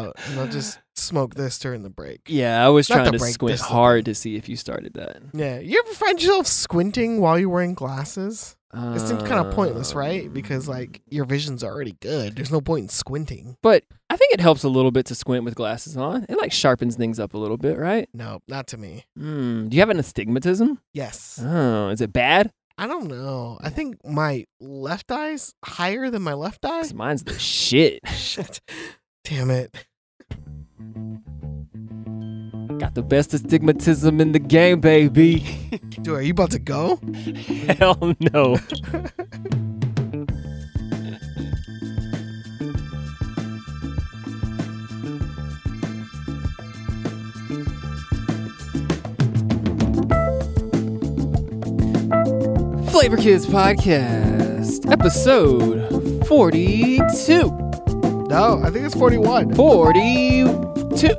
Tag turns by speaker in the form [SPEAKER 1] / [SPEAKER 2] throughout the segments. [SPEAKER 1] and I'll just smoke this during the break.
[SPEAKER 2] Yeah, I was
[SPEAKER 1] Not
[SPEAKER 2] trying
[SPEAKER 1] to
[SPEAKER 2] to
[SPEAKER 1] break
[SPEAKER 2] squint
[SPEAKER 1] this up.
[SPEAKER 2] hard to see if you started that.
[SPEAKER 1] Yeah, you ever find yourself squinting while you're wearing glasses? It seems kind of pointless, right?
[SPEAKER 2] Um,
[SPEAKER 1] Because like your vision's already good. There's no point in squinting.
[SPEAKER 2] But I think it helps a little bit to squint with glasses on. It like sharpens things up a little bit, right?
[SPEAKER 1] No, not to me.
[SPEAKER 2] Mm. Do you have an astigmatism?
[SPEAKER 1] Yes.
[SPEAKER 2] Oh, is it bad?
[SPEAKER 1] I don't know. I think my left eye's higher than my left eye.
[SPEAKER 2] 'Cause mine's the shit.
[SPEAKER 1] Shit. Damn it.
[SPEAKER 2] Got the best astigmatism in the game, baby.
[SPEAKER 1] Dude, are you about to go?
[SPEAKER 2] Hell no. Flavor Kids Podcast, episode 42.
[SPEAKER 1] No, I think it's 41.
[SPEAKER 2] 42.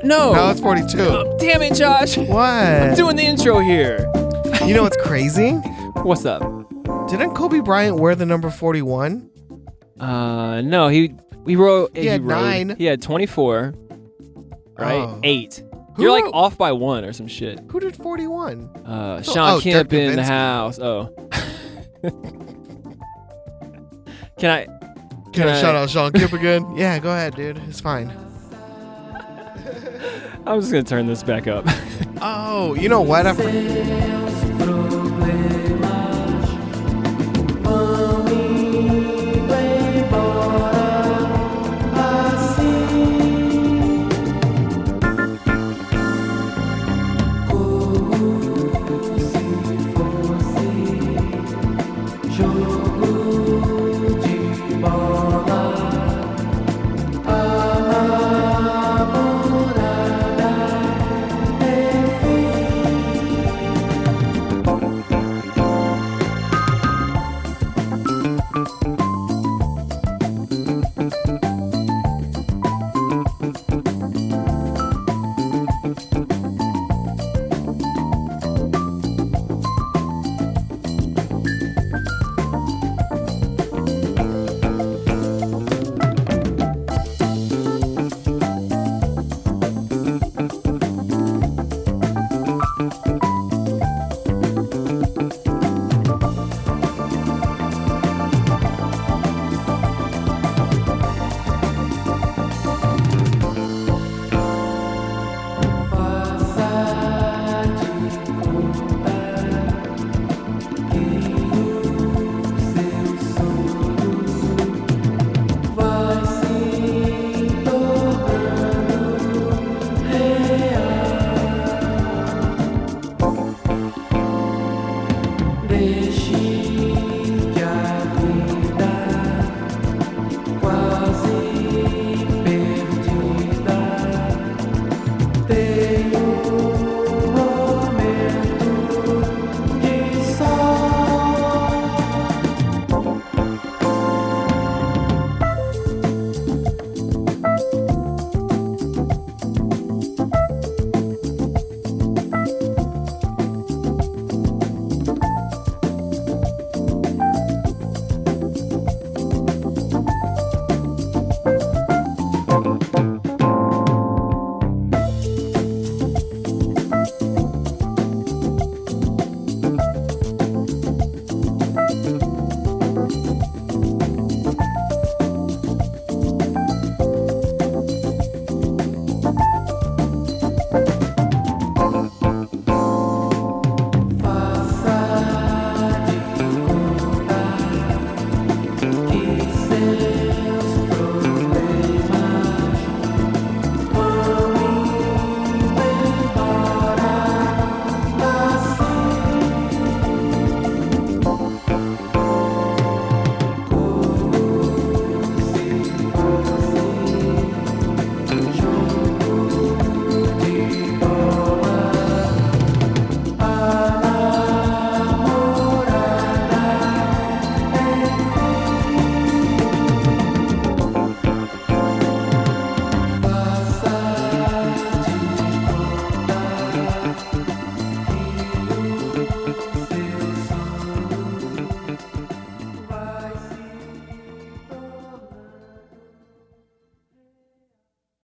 [SPEAKER 2] No.
[SPEAKER 1] No, it's 42.
[SPEAKER 2] Oh, damn it, Josh.
[SPEAKER 1] What?
[SPEAKER 2] Doing the intro here.
[SPEAKER 1] You know what's crazy?
[SPEAKER 2] What's up?
[SPEAKER 1] Didn't Kobe Bryant wear the number 41?
[SPEAKER 2] Uh, no, he we wrote. He,
[SPEAKER 1] had
[SPEAKER 2] wrote-
[SPEAKER 1] nine.
[SPEAKER 2] He had twenty four. Right,
[SPEAKER 1] Oh.
[SPEAKER 2] eight.
[SPEAKER 1] Who
[SPEAKER 2] You're like
[SPEAKER 1] wrote-
[SPEAKER 2] off by one or some shit.
[SPEAKER 1] Who did 41?
[SPEAKER 2] Uh,
[SPEAKER 1] So-
[SPEAKER 2] Sean
[SPEAKER 1] oh,
[SPEAKER 2] Kemp
[SPEAKER 1] Dirk
[SPEAKER 2] in the
[SPEAKER 1] Nowitzki.
[SPEAKER 2] house. Oh. Can I?
[SPEAKER 1] Can I
[SPEAKER 2] I-
[SPEAKER 1] shout out Sean Kemp again? yeah, go ahead, dude. It's fine.
[SPEAKER 2] I'm just gonna turn this back up.
[SPEAKER 1] Oh, you know what? I for-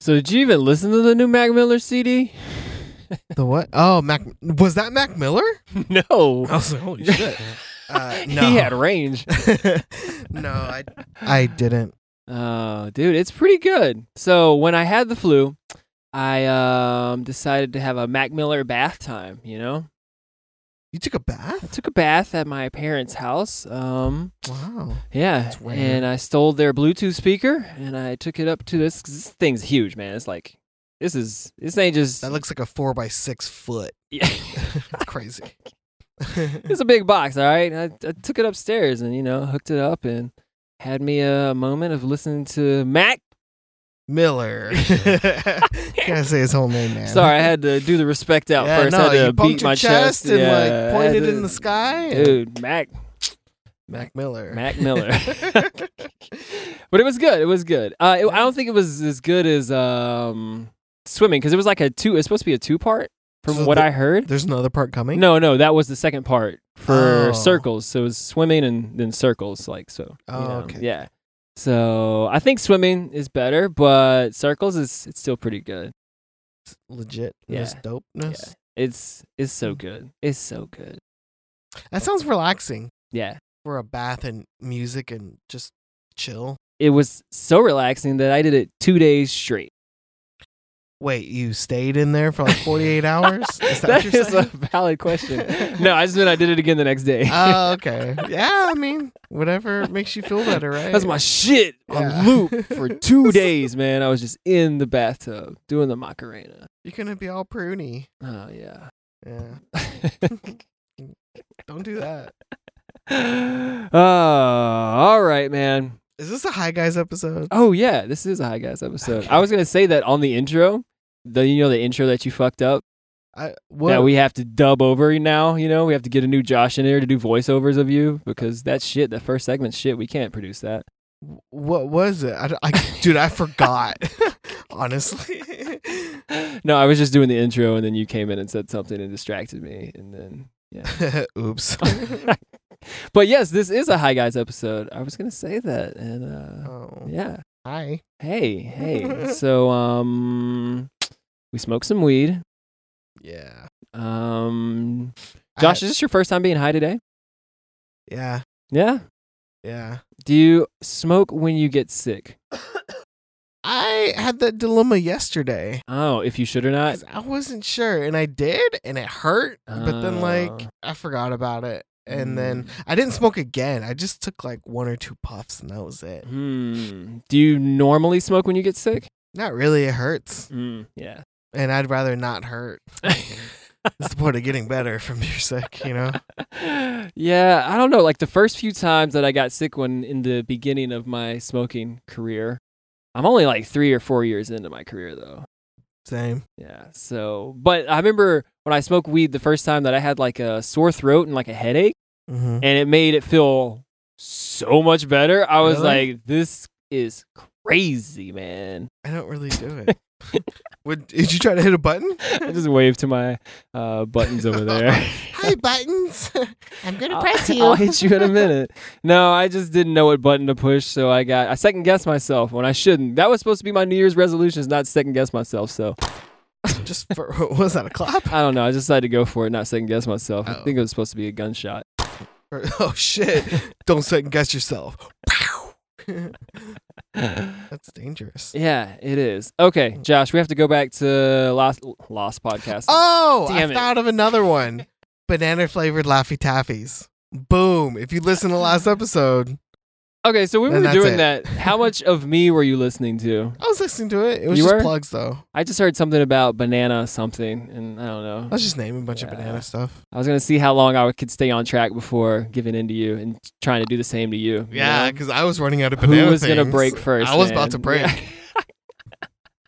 [SPEAKER 2] So did you even listen to the new Mac Miller CD?
[SPEAKER 1] The what? Oh, Mac. Was that Mac Miller?
[SPEAKER 2] no.
[SPEAKER 1] I was like, holy shit. Uh, no.
[SPEAKER 2] He had range.
[SPEAKER 1] no, I, I didn't.
[SPEAKER 2] Oh, dude, it's pretty good. So when I had the flu, I um, decided to have a Mac Miller bath time. You know,
[SPEAKER 1] You took a bath?
[SPEAKER 2] I took a bath at my parents' house. Um,
[SPEAKER 1] Wow.
[SPEAKER 2] yeah,
[SPEAKER 1] That's weird.
[SPEAKER 2] and I stole their Bluetooth speaker and I took it up to this. 'cause this thing's huge, man. It's like this is this ain't just.
[SPEAKER 1] That looks like a four by six foot. That's crazy.
[SPEAKER 2] it's a big box, all right. I, I took it upstairs and you know hooked it up and had me a moment of listening to Mac.
[SPEAKER 1] Miller. Can't say his whole name, man.
[SPEAKER 2] Sorry, I had to do the respect out
[SPEAKER 1] yeah,
[SPEAKER 2] first.
[SPEAKER 1] No,
[SPEAKER 2] I had to
[SPEAKER 1] you
[SPEAKER 2] beat
[SPEAKER 1] pumped your
[SPEAKER 2] my
[SPEAKER 1] chest, and
[SPEAKER 2] Yeah, I
[SPEAKER 1] like
[SPEAKER 2] had
[SPEAKER 1] pointed in
[SPEAKER 2] to-
[SPEAKER 1] the sky.
[SPEAKER 2] dude mac
[SPEAKER 1] Mac Miller.
[SPEAKER 2] mac miller but it was good it was good uh, it- i don't think it was as good as um swimming because it was like a two it's supposed to be a two part from
[SPEAKER 1] So
[SPEAKER 2] what
[SPEAKER 1] the-
[SPEAKER 2] i heard
[SPEAKER 1] There's another part coming.
[SPEAKER 2] no no that was the second part for
[SPEAKER 1] Oh.
[SPEAKER 2] circles so it was swimming and then circles like so you
[SPEAKER 1] Oh,
[SPEAKER 2] know,
[SPEAKER 1] okay.
[SPEAKER 2] yeah so i think swimming is better but circles is it's still pretty good
[SPEAKER 1] It's legit.
[SPEAKER 2] Yeah.
[SPEAKER 1] There's dopeness.
[SPEAKER 2] Yeah. it's it's
[SPEAKER 1] Mm.
[SPEAKER 2] so good it's so good
[SPEAKER 1] That sounds relaxing
[SPEAKER 2] yeah
[SPEAKER 1] for a bath and music and just chill.
[SPEAKER 2] it was so relaxing that i did it two days straight
[SPEAKER 1] Wait, you stayed in there for like 48 hours? Is that, what you're
[SPEAKER 2] is a
[SPEAKER 1] saying?
[SPEAKER 2] valid question. no, I just meant I did it again the next day.
[SPEAKER 1] Oh, okay. Yeah, I mean, whatever makes you feel better, right?
[SPEAKER 2] That's my shit
[SPEAKER 1] Yeah.
[SPEAKER 2] on loop for two days, man. I was just in the bathtub doing the Macarena.
[SPEAKER 1] You're gonna be all pruny.
[SPEAKER 2] Oh yeah.
[SPEAKER 1] Yeah. Don't do that.
[SPEAKER 2] uh, all right, man.
[SPEAKER 1] Is this a high guys episode?
[SPEAKER 2] Oh yeah, this is a high guys episode.
[SPEAKER 1] Okay.
[SPEAKER 2] I was gonna say that on the intro. The you know the intro that you fucked up
[SPEAKER 1] I what
[SPEAKER 2] that we have to dub over now. You know we have to get a new Josh in here to do voiceovers of you because that shit, that first segment shit, we can't produce that.
[SPEAKER 1] what was it? I, d- I- dude, I forgot. Honestly.
[SPEAKER 2] no, I was just doing the intro, and then you came in and said something and distracted me, and then yeah.
[SPEAKER 1] Oops.
[SPEAKER 2] but yes, this is a Hi Guys episode. I was gonna say that, and uh,
[SPEAKER 1] Oh.
[SPEAKER 2] yeah,
[SPEAKER 1] Hi.
[SPEAKER 2] hey, hey. so um, we smoked some weed.
[SPEAKER 1] Yeah.
[SPEAKER 2] Um,
[SPEAKER 1] I-
[SPEAKER 2] Josh, is this your first time being high today?
[SPEAKER 1] yeah.
[SPEAKER 2] Yeah.
[SPEAKER 1] Yeah.
[SPEAKER 2] Do you smoke when you get sick?
[SPEAKER 1] I had that dilemma yesterday.
[SPEAKER 2] Oh, if you should or not.
[SPEAKER 1] 'cause I wasn't sure, and I did, and it hurt. But then, like,
[SPEAKER 2] Oh.
[SPEAKER 1] I forgot about it, and then I didn't smoke again. I just took like one or two puffs, and that was it.
[SPEAKER 2] Hmm. Do you normally smoke when you get sick?
[SPEAKER 1] Not really. It hurts,
[SPEAKER 2] Mm, yeah.
[SPEAKER 1] and I'd rather not hurt. That's the point of getting better from your sick, you know?
[SPEAKER 2] yeah, I don't know. Like the first few times that I got sick when in the beginning of my smoking career, I'm only like three or four years into my career though.
[SPEAKER 1] Same.
[SPEAKER 2] Yeah. So, but I remember when I smoked weed the first time that I had like a sore throat and like a headache,
[SPEAKER 1] Mm-hmm.
[SPEAKER 2] and it made it feel so much better. I was
[SPEAKER 1] Really?
[SPEAKER 2] like, this is crazy, man.
[SPEAKER 1] I don't really do it. Would, did you try to hit a button?
[SPEAKER 2] I just waved to my uh, buttons over there.
[SPEAKER 1] Hi, buttons. I'm going
[SPEAKER 2] I'll- I'll hit you in a minute. No, I just didn't know what button to push, so I got I second guessed myself when I shouldn't. That was supposed to be my New Year's resolution, is not second guess myself. So
[SPEAKER 1] Just for, what was that, a clap?
[SPEAKER 2] I don't know. I just decided to go for it, not second guess myself. I
[SPEAKER 1] Oh.
[SPEAKER 2] think it was supposed to be a gunshot.
[SPEAKER 1] Or- oh, shit. Don't second guess yourself. Pow.
[SPEAKER 2] yeah,
[SPEAKER 1] That's dangerous.
[SPEAKER 2] it is. Okay, Josh, we have to go back to Lost Lost Podcast.
[SPEAKER 1] Oh,
[SPEAKER 2] Damn
[SPEAKER 1] I
[SPEAKER 2] it.
[SPEAKER 1] thought of another one. Banana flavored Laffy Taffies. Boom. If you listen to the last episode,
[SPEAKER 2] Okay, so when we
[SPEAKER 1] Then
[SPEAKER 2] were
[SPEAKER 1] that's
[SPEAKER 2] doing
[SPEAKER 1] it.
[SPEAKER 2] that, how much of me were you listening to?
[SPEAKER 1] I was listening to it. It was
[SPEAKER 2] You
[SPEAKER 1] just
[SPEAKER 2] were?
[SPEAKER 1] plugs, though.
[SPEAKER 2] I just heard something about banana something, and I don't know.
[SPEAKER 1] I was just naming a bunch of
[SPEAKER 2] Yeah.
[SPEAKER 1] banana stuff.
[SPEAKER 2] I was gonna see how long I could stay on track before giving in to you and trying to do the same to you. you
[SPEAKER 1] Yeah,
[SPEAKER 2] know?
[SPEAKER 1] because I was running out of banana
[SPEAKER 2] who was gonna
[SPEAKER 1] things.
[SPEAKER 2] break first?
[SPEAKER 1] I was
[SPEAKER 2] man?
[SPEAKER 1] about to break.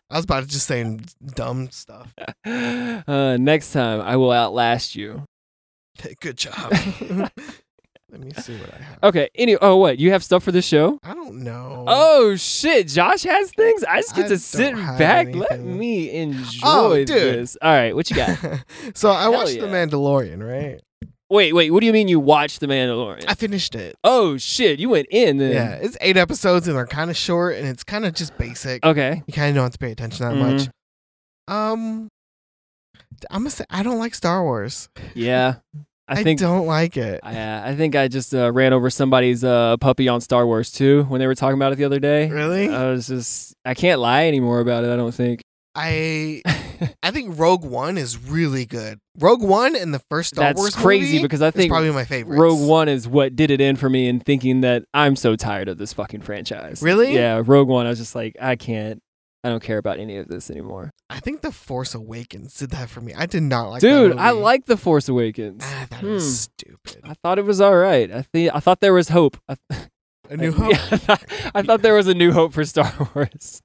[SPEAKER 1] I was about to just saying dumb stuff.
[SPEAKER 2] Yeah. uh, next time I will outlast you.
[SPEAKER 1] Good job. Let me see what I have.
[SPEAKER 2] Okay. Any? Oh, what? You have stuff for the show?
[SPEAKER 1] I don't know.
[SPEAKER 2] Oh shit! Josh has things. I just get
[SPEAKER 1] I
[SPEAKER 2] to
[SPEAKER 1] don't
[SPEAKER 2] sit
[SPEAKER 1] have
[SPEAKER 2] back. Let
[SPEAKER 1] anything.
[SPEAKER 2] me enjoy
[SPEAKER 1] Oh, dude.
[SPEAKER 2] this. All right, what you got?
[SPEAKER 1] so I
[SPEAKER 2] Hell
[SPEAKER 1] watched
[SPEAKER 2] yeah.
[SPEAKER 1] The Mandalorian, right?
[SPEAKER 2] Wait, wait. What do you mean you watched The Mandalorian?
[SPEAKER 1] I finished it.
[SPEAKER 2] oh shit, you went in then.
[SPEAKER 1] Yeah, it's eight episodes and they're kind of short and it's kind of just basic.
[SPEAKER 2] Okay. Mm-hmm.
[SPEAKER 1] You kind of don't have to pay attention that much. Um, I'm gonna say I don't like Star Wars.
[SPEAKER 2] Yeah. I,
[SPEAKER 1] I,
[SPEAKER 2] think
[SPEAKER 1] don't like it.
[SPEAKER 2] I, I think I just uh, ran over somebody's uh, puppy on Star Wars 2 when they were talking about it the other day.
[SPEAKER 1] really?
[SPEAKER 2] I was just I can't lie anymore about it, I don't think.
[SPEAKER 1] I I think Rogue One is really good. Rogue One and the first Star
[SPEAKER 2] That's
[SPEAKER 1] Wars
[SPEAKER 2] crazy
[SPEAKER 1] movie
[SPEAKER 2] because I
[SPEAKER 1] is
[SPEAKER 2] think
[SPEAKER 1] probably my favorite.
[SPEAKER 2] Rogue One is what did it in for me in thinking that I'm so tired of this fucking franchise.
[SPEAKER 1] Really?
[SPEAKER 2] Yeah, Rogue One. I was just like, I can't. I don't care about any of this anymore.
[SPEAKER 1] I think The Force Awakens did that for me. I did not like that
[SPEAKER 2] Dude,
[SPEAKER 1] movie.
[SPEAKER 2] I like The Force Awakens.
[SPEAKER 1] Ah, that
[SPEAKER 2] Hmm.
[SPEAKER 1] was stupid.
[SPEAKER 2] I thought it was all right. I think I thought there was hope. I,
[SPEAKER 1] A New Hope.
[SPEAKER 2] I, thought, I thought there was a new hope for Star Wars.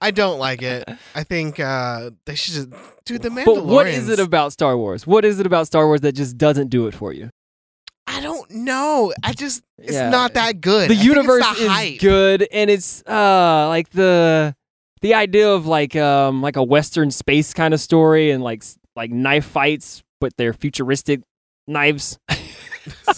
[SPEAKER 1] I don't like it. I think uh they should just dude the Mandalorian.
[SPEAKER 2] But what is it about Star Wars? What is it about Star Wars that just doesn't do it for you?
[SPEAKER 1] I don't know. I just it's
[SPEAKER 2] Yeah.
[SPEAKER 1] not that good.
[SPEAKER 2] the
[SPEAKER 1] I think it's
[SPEAKER 2] universe
[SPEAKER 1] the
[SPEAKER 2] is
[SPEAKER 1] hype.
[SPEAKER 2] good and it's uh like the the idea of like um like a western space kind of story and like s- like knife fights but they're futuristic knives all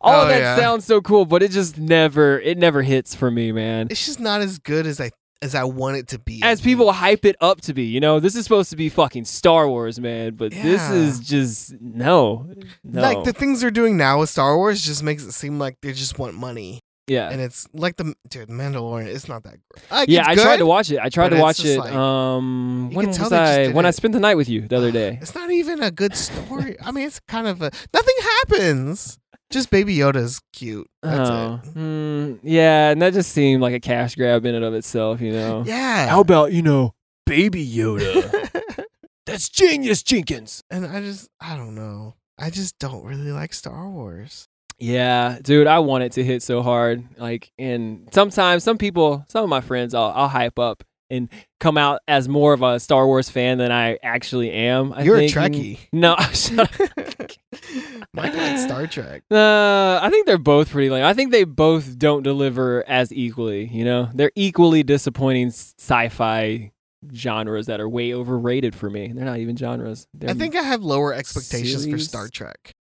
[SPEAKER 1] Oh,
[SPEAKER 2] of that
[SPEAKER 1] yeah.
[SPEAKER 2] sounds so cool but it just never it never hits for me man
[SPEAKER 1] It's just not as good as I as I want it to be.
[SPEAKER 2] as people hype it up to be you know this is supposed to be fucking star wars man but this
[SPEAKER 1] Yeah.
[SPEAKER 2] is just no no
[SPEAKER 1] Like the things they're doing now with Star Wars just makes it seem like they just want money,
[SPEAKER 2] yeah
[SPEAKER 1] and it's like the dude Mandalorian. It's not that great. Like,
[SPEAKER 2] yeah,
[SPEAKER 1] it's
[SPEAKER 2] I tried
[SPEAKER 1] good.
[SPEAKER 2] to watch it. I tried
[SPEAKER 1] but
[SPEAKER 2] to
[SPEAKER 1] it's
[SPEAKER 2] watch
[SPEAKER 1] just
[SPEAKER 2] it.
[SPEAKER 1] like-
[SPEAKER 2] um,
[SPEAKER 1] You
[SPEAKER 2] when
[SPEAKER 1] can tell
[SPEAKER 2] was
[SPEAKER 1] they just
[SPEAKER 2] I?
[SPEAKER 1] did
[SPEAKER 2] when I
[SPEAKER 1] it.
[SPEAKER 2] spent the night with you the other day.
[SPEAKER 1] It's not even a good story. I mean, it's kind of a nothing happens. Just Baby Yoda's cute. That's
[SPEAKER 2] oh,
[SPEAKER 1] it.
[SPEAKER 2] Mm, yeah, and that just seemed like a cash grab in and of itself, you know.
[SPEAKER 1] Yeah.
[SPEAKER 2] about you know, Baby Yoda? That's genius, Jenkins.
[SPEAKER 1] and I just I don't know. I just don't really like Star Wars.
[SPEAKER 2] Yeah, dude, I want it to hit so hard. Like, and sometimes some people, some of my friends, I'll, I'll hype up and come out as more of a Star Wars fan than I actually am. I
[SPEAKER 1] You're a
[SPEAKER 2] think.
[SPEAKER 1] Trekkie.
[SPEAKER 2] No, shut up.
[SPEAKER 1] Mike likes Star Trek.
[SPEAKER 2] Uh, I think they're both pretty lame. I think they both don't deliver as equally. You know, they're equally disappointing s- sci-fi genres that are way overrated for me. They're not even genres. They're
[SPEAKER 1] I think I have lower expectations for
[SPEAKER 2] series? Mm-hmm.
[SPEAKER 1] Star Trek,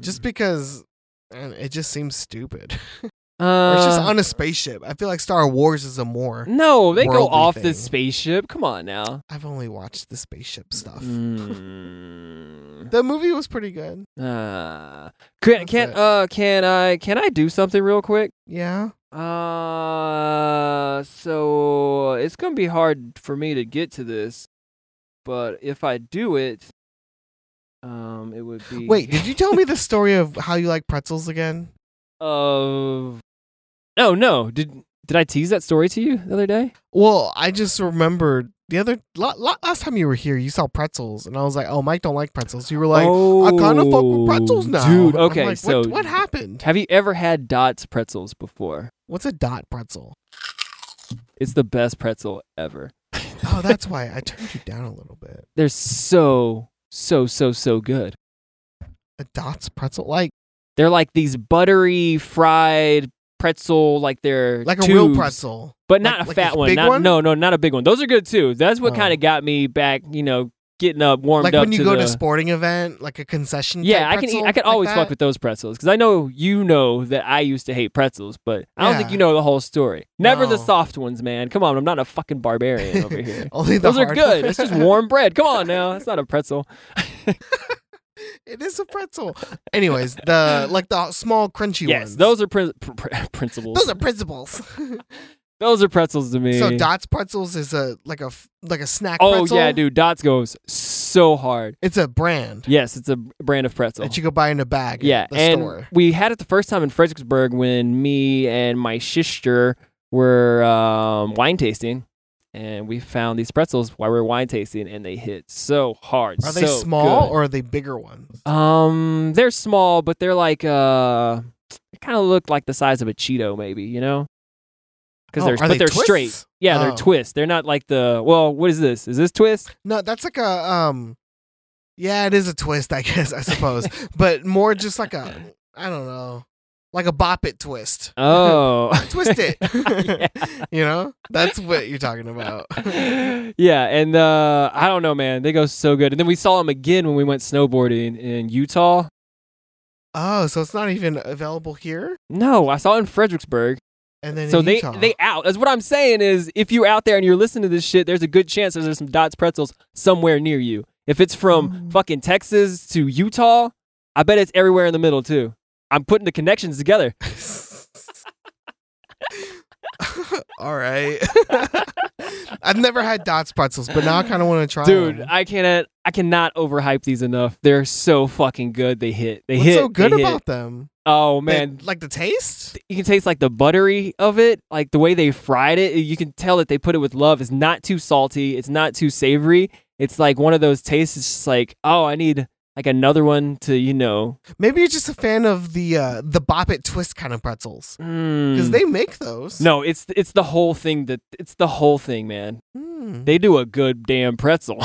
[SPEAKER 1] just because and it just seems stupid.
[SPEAKER 2] uh,
[SPEAKER 1] or it's just on a spaceship. I feel like Star Wars is a more.
[SPEAKER 2] no. They go
[SPEAKER 1] worldly
[SPEAKER 2] off
[SPEAKER 1] thing.
[SPEAKER 2] the spaceship. Come on now.
[SPEAKER 1] I've only watched the spaceship stuff.
[SPEAKER 2] Mm.
[SPEAKER 1] The movie was pretty good.
[SPEAKER 2] Uh, can
[SPEAKER 1] That's
[SPEAKER 2] can
[SPEAKER 1] it.
[SPEAKER 2] uh can I can I do something real quick?
[SPEAKER 1] Yeah.
[SPEAKER 2] Uh, so it's gonna be hard for me to get to this, but if I do it, um, it would be
[SPEAKER 1] Wait, did you tell me the story of how you like pretzels again?
[SPEAKER 2] of no, no, did did I tease that story to you the other day?
[SPEAKER 1] Well, I just remembered the other la- la- last time you were here, you saw pretzels, and I was like, "Oh, Mike don't like pretzels." You were like,
[SPEAKER 2] oh,
[SPEAKER 1] "I kind of fuck with pretzels now,
[SPEAKER 2] dude.
[SPEAKER 1] And I'm
[SPEAKER 2] Okay,
[SPEAKER 1] like,
[SPEAKER 2] so
[SPEAKER 1] what, what happened?
[SPEAKER 2] Have you ever had Dots pretzels before?
[SPEAKER 1] What's a dot pretzel?
[SPEAKER 2] It's the best pretzel ever.
[SPEAKER 1] Oh, that's why I turned you down a little bit.
[SPEAKER 2] They're so so so so good.
[SPEAKER 1] A dots pretzel, like
[SPEAKER 2] They're like these buttery fried pretzel, like they're
[SPEAKER 1] like a real
[SPEAKER 2] tubes.
[SPEAKER 1] pretzel.
[SPEAKER 2] but
[SPEAKER 1] Like-
[SPEAKER 2] not a
[SPEAKER 1] like a
[SPEAKER 2] fat one.
[SPEAKER 1] big
[SPEAKER 2] Not,
[SPEAKER 1] one?
[SPEAKER 2] No, no, not a big one. Those are good too. That's what
[SPEAKER 1] Oh.
[SPEAKER 2] kind of got me back. You know, getting up, warmed
[SPEAKER 1] Like
[SPEAKER 2] up.
[SPEAKER 1] when you
[SPEAKER 2] to
[SPEAKER 1] go
[SPEAKER 2] the,
[SPEAKER 1] to a sporting event, like a concession.
[SPEAKER 2] yeah,
[SPEAKER 1] type
[SPEAKER 2] I can eat,
[SPEAKER 1] pretzel,
[SPEAKER 2] I can
[SPEAKER 1] like
[SPEAKER 2] always
[SPEAKER 1] that?
[SPEAKER 2] fuck with those pretzels because I know you know that I used to hate pretzels, but I don't
[SPEAKER 1] Yeah.
[SPEAKER 2] think
[SPEAKER 1] Oh.
[SPEAKER 2] you know the whole story. Never the
[SPEAKER 1] No.
[SPEAKER 2] soft ones, man. Come on, I'm not a fucking barbarian over here.
[SPEAKER 1] Only the
[SPEAKER 2] Those are
[SPEAKER 1] hard
[SPEAKER 2] good. It's just warm bread. Come on now, it's not a pretzel.
[SPEAKER 1] it is a pretzel. Anyways, the like the small crunchy
[SPEAKER 2] yes,
[SPEAKER 1] ones.
[SPEAKER 2] those are prin- pr- pr- principles.
[SPEAKER 1] those are principles.
[SPEAKER 2] Those are pretzels to me.
[SPEAKER 1] so dots pretzels is a like a f- like a snack.
[SPEAKER 2] oh
[SPEAKER 1] pretzel.
[SPEAKER 2] yeah, dude, Dots goes so hard.
[SPEAKER 1] It's a brand
[SPEAKER 2] Yes, it's a brand of pretzel.
[SPEAKER 1] that you go buy in a bag.
[SPEAKER 2] Yeah,
[SPEAKER 1] at the
[SPEAKER 2] and
[SPEAKER 1] store.
[SPEAKER 2] we had it the first time in Fredericksburg when me and my sister were um, wine tasting, and we found these pretzels while we were wine tasting, and they hit so hard.
[SPEAKER 1] Are they small or are they bigger ones?
[SPEAKER 2] or? Um, they're small, but they're like uh, they kind of look like the size of a Cheeto, maybe you know. Because
[SPEAKER 1] Oh,
[SPEAKER 2] they're
[SPEAKER 1] are
[SPEAKER 2] but
[SPEAKER 1] they
[SPEAKER 2] are straight.
[SPEAKER 1] twists?
[SPEAKER 2] Yeah,
[SPEAKER 1] Oh.
[SPEAKER 2] they're twist. They're not like the well. What is this? Is this twist?
[SPEAKER 1] No, that's like a um yeah, it is a twist, I guess, I suppose. but more just like a I don't know. like a bop it twist.
[SPEAKER 2] Oh.
[SPEAKER 1] Twist it. You know, that's what you're talking about.
[SPEAKER 2] yeah, and uh, I don't know, man. They go so good. And then we saw them again when we went snowboarding in Utah.
[SPEAKER 1] Oh, so it's not even available here.
[SPEAKER 2] No, I saw it in Fredericksburg.
[SPEAKER 1] And then
[SPEAKER 2] so
[SPEAKER 1] in
[SPEAKER 2] they
[SPEAKER 1] Utah.
[SPEAKER 2] they out. That's what I'm saying is if you're out there and you're listening to this shit, there's a good chance there's some Dots pretzels somewhere near you. If it's from
[SPEAKER 1] Oh.
[SPEAKER 2] fucking Texas to Utah, I bet it's everywhere in the middle too. I'm putting the connections together.
[SPEAKER 1] All right. I've never had Dots pretzels, but now I kind of want to try
[SPEAKER 2] Dude,
[SPEAKER 1] them.
[SPEAKER 2] I cannot I cannot overhype these enough. They're so fucking good. They hit. They
[SPEAKER 1] What's
[SPEAKER 2] hit.
[SPEAKER 1] so good
[SPEAKER 2] they hit.
[SPEAKER 1] about them?
[SPEAKER 2] Oh
[SPEAKER 1] They-
[SPEAKER 2] man,
[SPEAKER 1] like the taste?
[SPEAKER 2] you can taste like the buttery of it, like the way they fried it. You can tell that they put it with love. It's not too salty. It's not too savory. It's like one of those tastes. It's just like, oh, I need like another one to, you know,
[SPEAKER 1] Maybe you're just a fan of the uh, the bop it twist kind of pretzels because
[SPEAKER 2] because
[SPEAKER 1] they make those.
[SPEAKER 2] Mm. No, it's it's the whole thing. That it's the whole thing, man.
[SPEAKER 1] Hmm.
[SPEAKER 2] They do a good damn pretzel.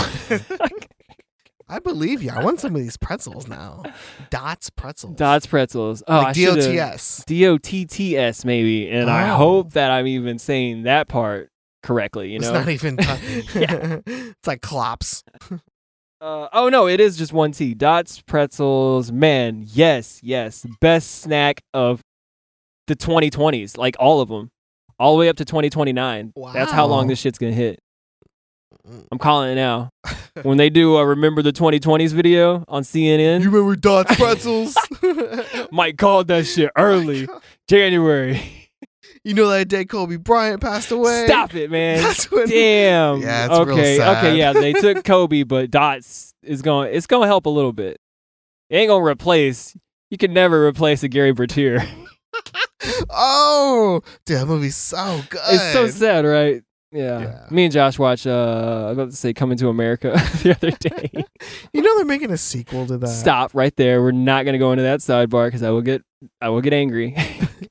[SPEAKER 1] I believe you. I want some of these pretzels now. Dots pretzels.
[SPEAKER 2] Dots pretzels. Oh, I
[SPEAKER 1] like
[SPEAKER 2] shoulda-
[SPEAKER 1] DOTS.
[SPEAKER 2] DOTTS maybe, and I
[SPEAKER 1] Wow.
[SPEAKER 2] hope that I'm even saying that part correctly. You know,
[SPEAKER 1] It's not even.
[SPEAKER 2] Yeah.
[SPEAKER 1] It's like clops.
[SPEAKER 2] Uh, oh no, it is just one T. Dots pretzels, man. Yes, yes, best snack of the 2020s. Like all of them, all the way up to 2029. That's how long
[SPEAKER 1] Wow.
[SPEAKER 2] this shit's gonna hit.
[SPEAKER 1] Mm.
[SPEAKER 2] I'm calling it now. when they do a "Remember the 2020s" video on
[SPEAKER 1] You
[SPEAKER 2] CNN,
[SPEAKER 1] remember Dots pretzels?
[SPEAKER 2] Mike called that shit early January.
[SPEAKER 1] You know that day Kobe Bryant passed away.
[SPEAKER 2] Stop it, man.
[SPEAKER 1] That's when.
[SPEAKER 2] Damn.
[SPEAKER 1] Yeah, it's real
[SPEAKER 2] okay.
[SPEAKER 1] sad.
[SPEAKER 2] Okay. Yeah, they took Kobe, but Dots is going. It's going to help a little bit. It ain't going to replace. You can never replace a Gary Bertier.
[SPEAKER 1] Oh, dude, that movie's so good.
[SPEAKER 2] It's so sad, right? Yeah.
[SPEAKER 1] Yeah.
[SPEAKER 2] Me and Josh watched. Uh, I was about to say "Coming to America" the other day.
[SPEAKER 1] you know they're making a sequel to that.
[SPEAKER 2] Stop right there. We're not going to go into that sidebar because I will get. I will get angry.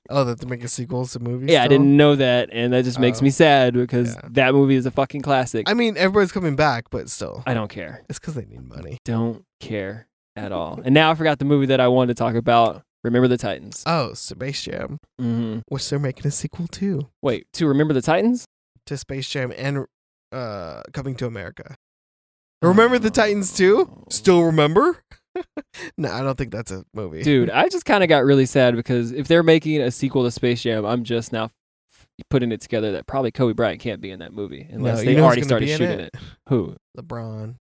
[SPEAKER 1] Oh, that they're making sequels to movies.
[SPEAKER 2] yeah, I
[SPEAKER 1] still?
[SPEAKER 2] didn't know that, and that just makes
[SPEAKER 1] Oh.
[SPEAKER 2] me sad because
[SPEAKER 1] Yeah.
[SPEAKER 2] that movie is a fucking classic.
[SPEAKER 1] I mean, everybody's coming back, but still,
[SPEAKER 2] I don't care.
[SPEAKER 1] it's because they need money.
[SPEAKER 2] Don't care at all. And now I forgot the movie that I wanted to talk about. Remember the Titans.
[SPEAKER 1] Oh, Space Jam,
[SPEAKER 2] Mm-hmm.
[SPEAKER 1] which they're making a sequel to,
[SPEAKER 2] Wait, to remember the Titans?
[SPEAKER 1] to Space Jam and uh, Coming to America. Remember
[SPEAKER 2] Oh.
[SPEAKER 1] the Titans too? Still remember? no, I don't think that's a movie.
[SPEAKER 2] Dude, I just kind of got really sad because if they're making a sequel to Space Jam, I'm just now f- putting it together that probably Kobe Bryant can't be in that movie unless
[SPEAKER 1] you
[SPEAKER 2] they
[SPEAKER 1] know who's
[SPEAKER 2] already
[SPEAKER 1] gonna
[SPEAKER 2] started
[SPEAKER 1] be in
[SPEAKER 2] shooting it.
[SPEAKER 1] it?
[SPEAKER 2] Who?
[SPEAKER 1] LeBron.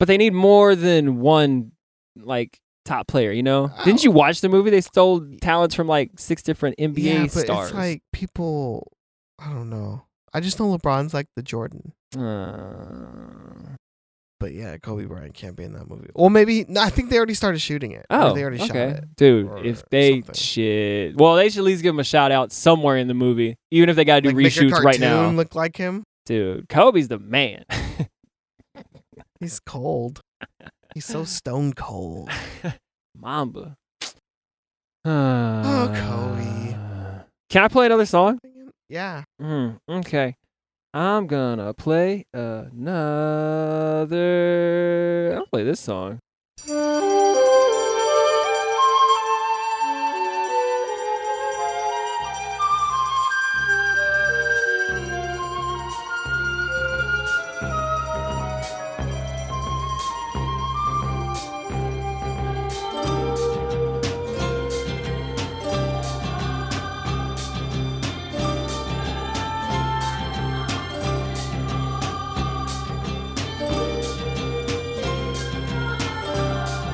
[SPEAKER 2] But they need more than one like top player, you know? Didn't you watch the movie? They stole talents from like six different NBA
[SPEAKER 1] yeah, but
[SPEAKER 2] stars.
[SPEAKER 1] it's like people. I don't know. I just know LeBron's like the Jordan,
[SPEAKER 2] Uh,
[SPEAKER 1] but yeah, Kobe Bryant can't be in that movie. Well, maybe no, I think they already started shooting it. or
[SPEAKER 2] Oh,
[SPEAKER 1] they already
[SPEAKER 2] okay.
[SPEAKER 1] shot it.
[SPEAKER 2] dude.
[SPEAKER 1] or
[SPEAKER 2] If they
[SPEAKER 1] something.
[SPEAKER 2] shit, well, they should at least give him a shout out somewhere in the movie, even if they got to do
[SPEAKER 1] Like, make a
[SPEAKER 2] reshoots right now.
[SPEAKER 1] cartoon Look like him.
[SPEAKER 2] Dude, Kobe's the man.
[SPEAKER 1] He's cold. He's so stone cold.
[SPEAKER 2] Mamba.
[SPEAKER 1] Oh, Kobe.
[SPEAKER 2] Can I play another song?
[SPEAKER 1] Yeah.
[SPEAKER 2] Mm, okay. I'm gonna play another. I'll play this song.
[SPEAKER 3] Thank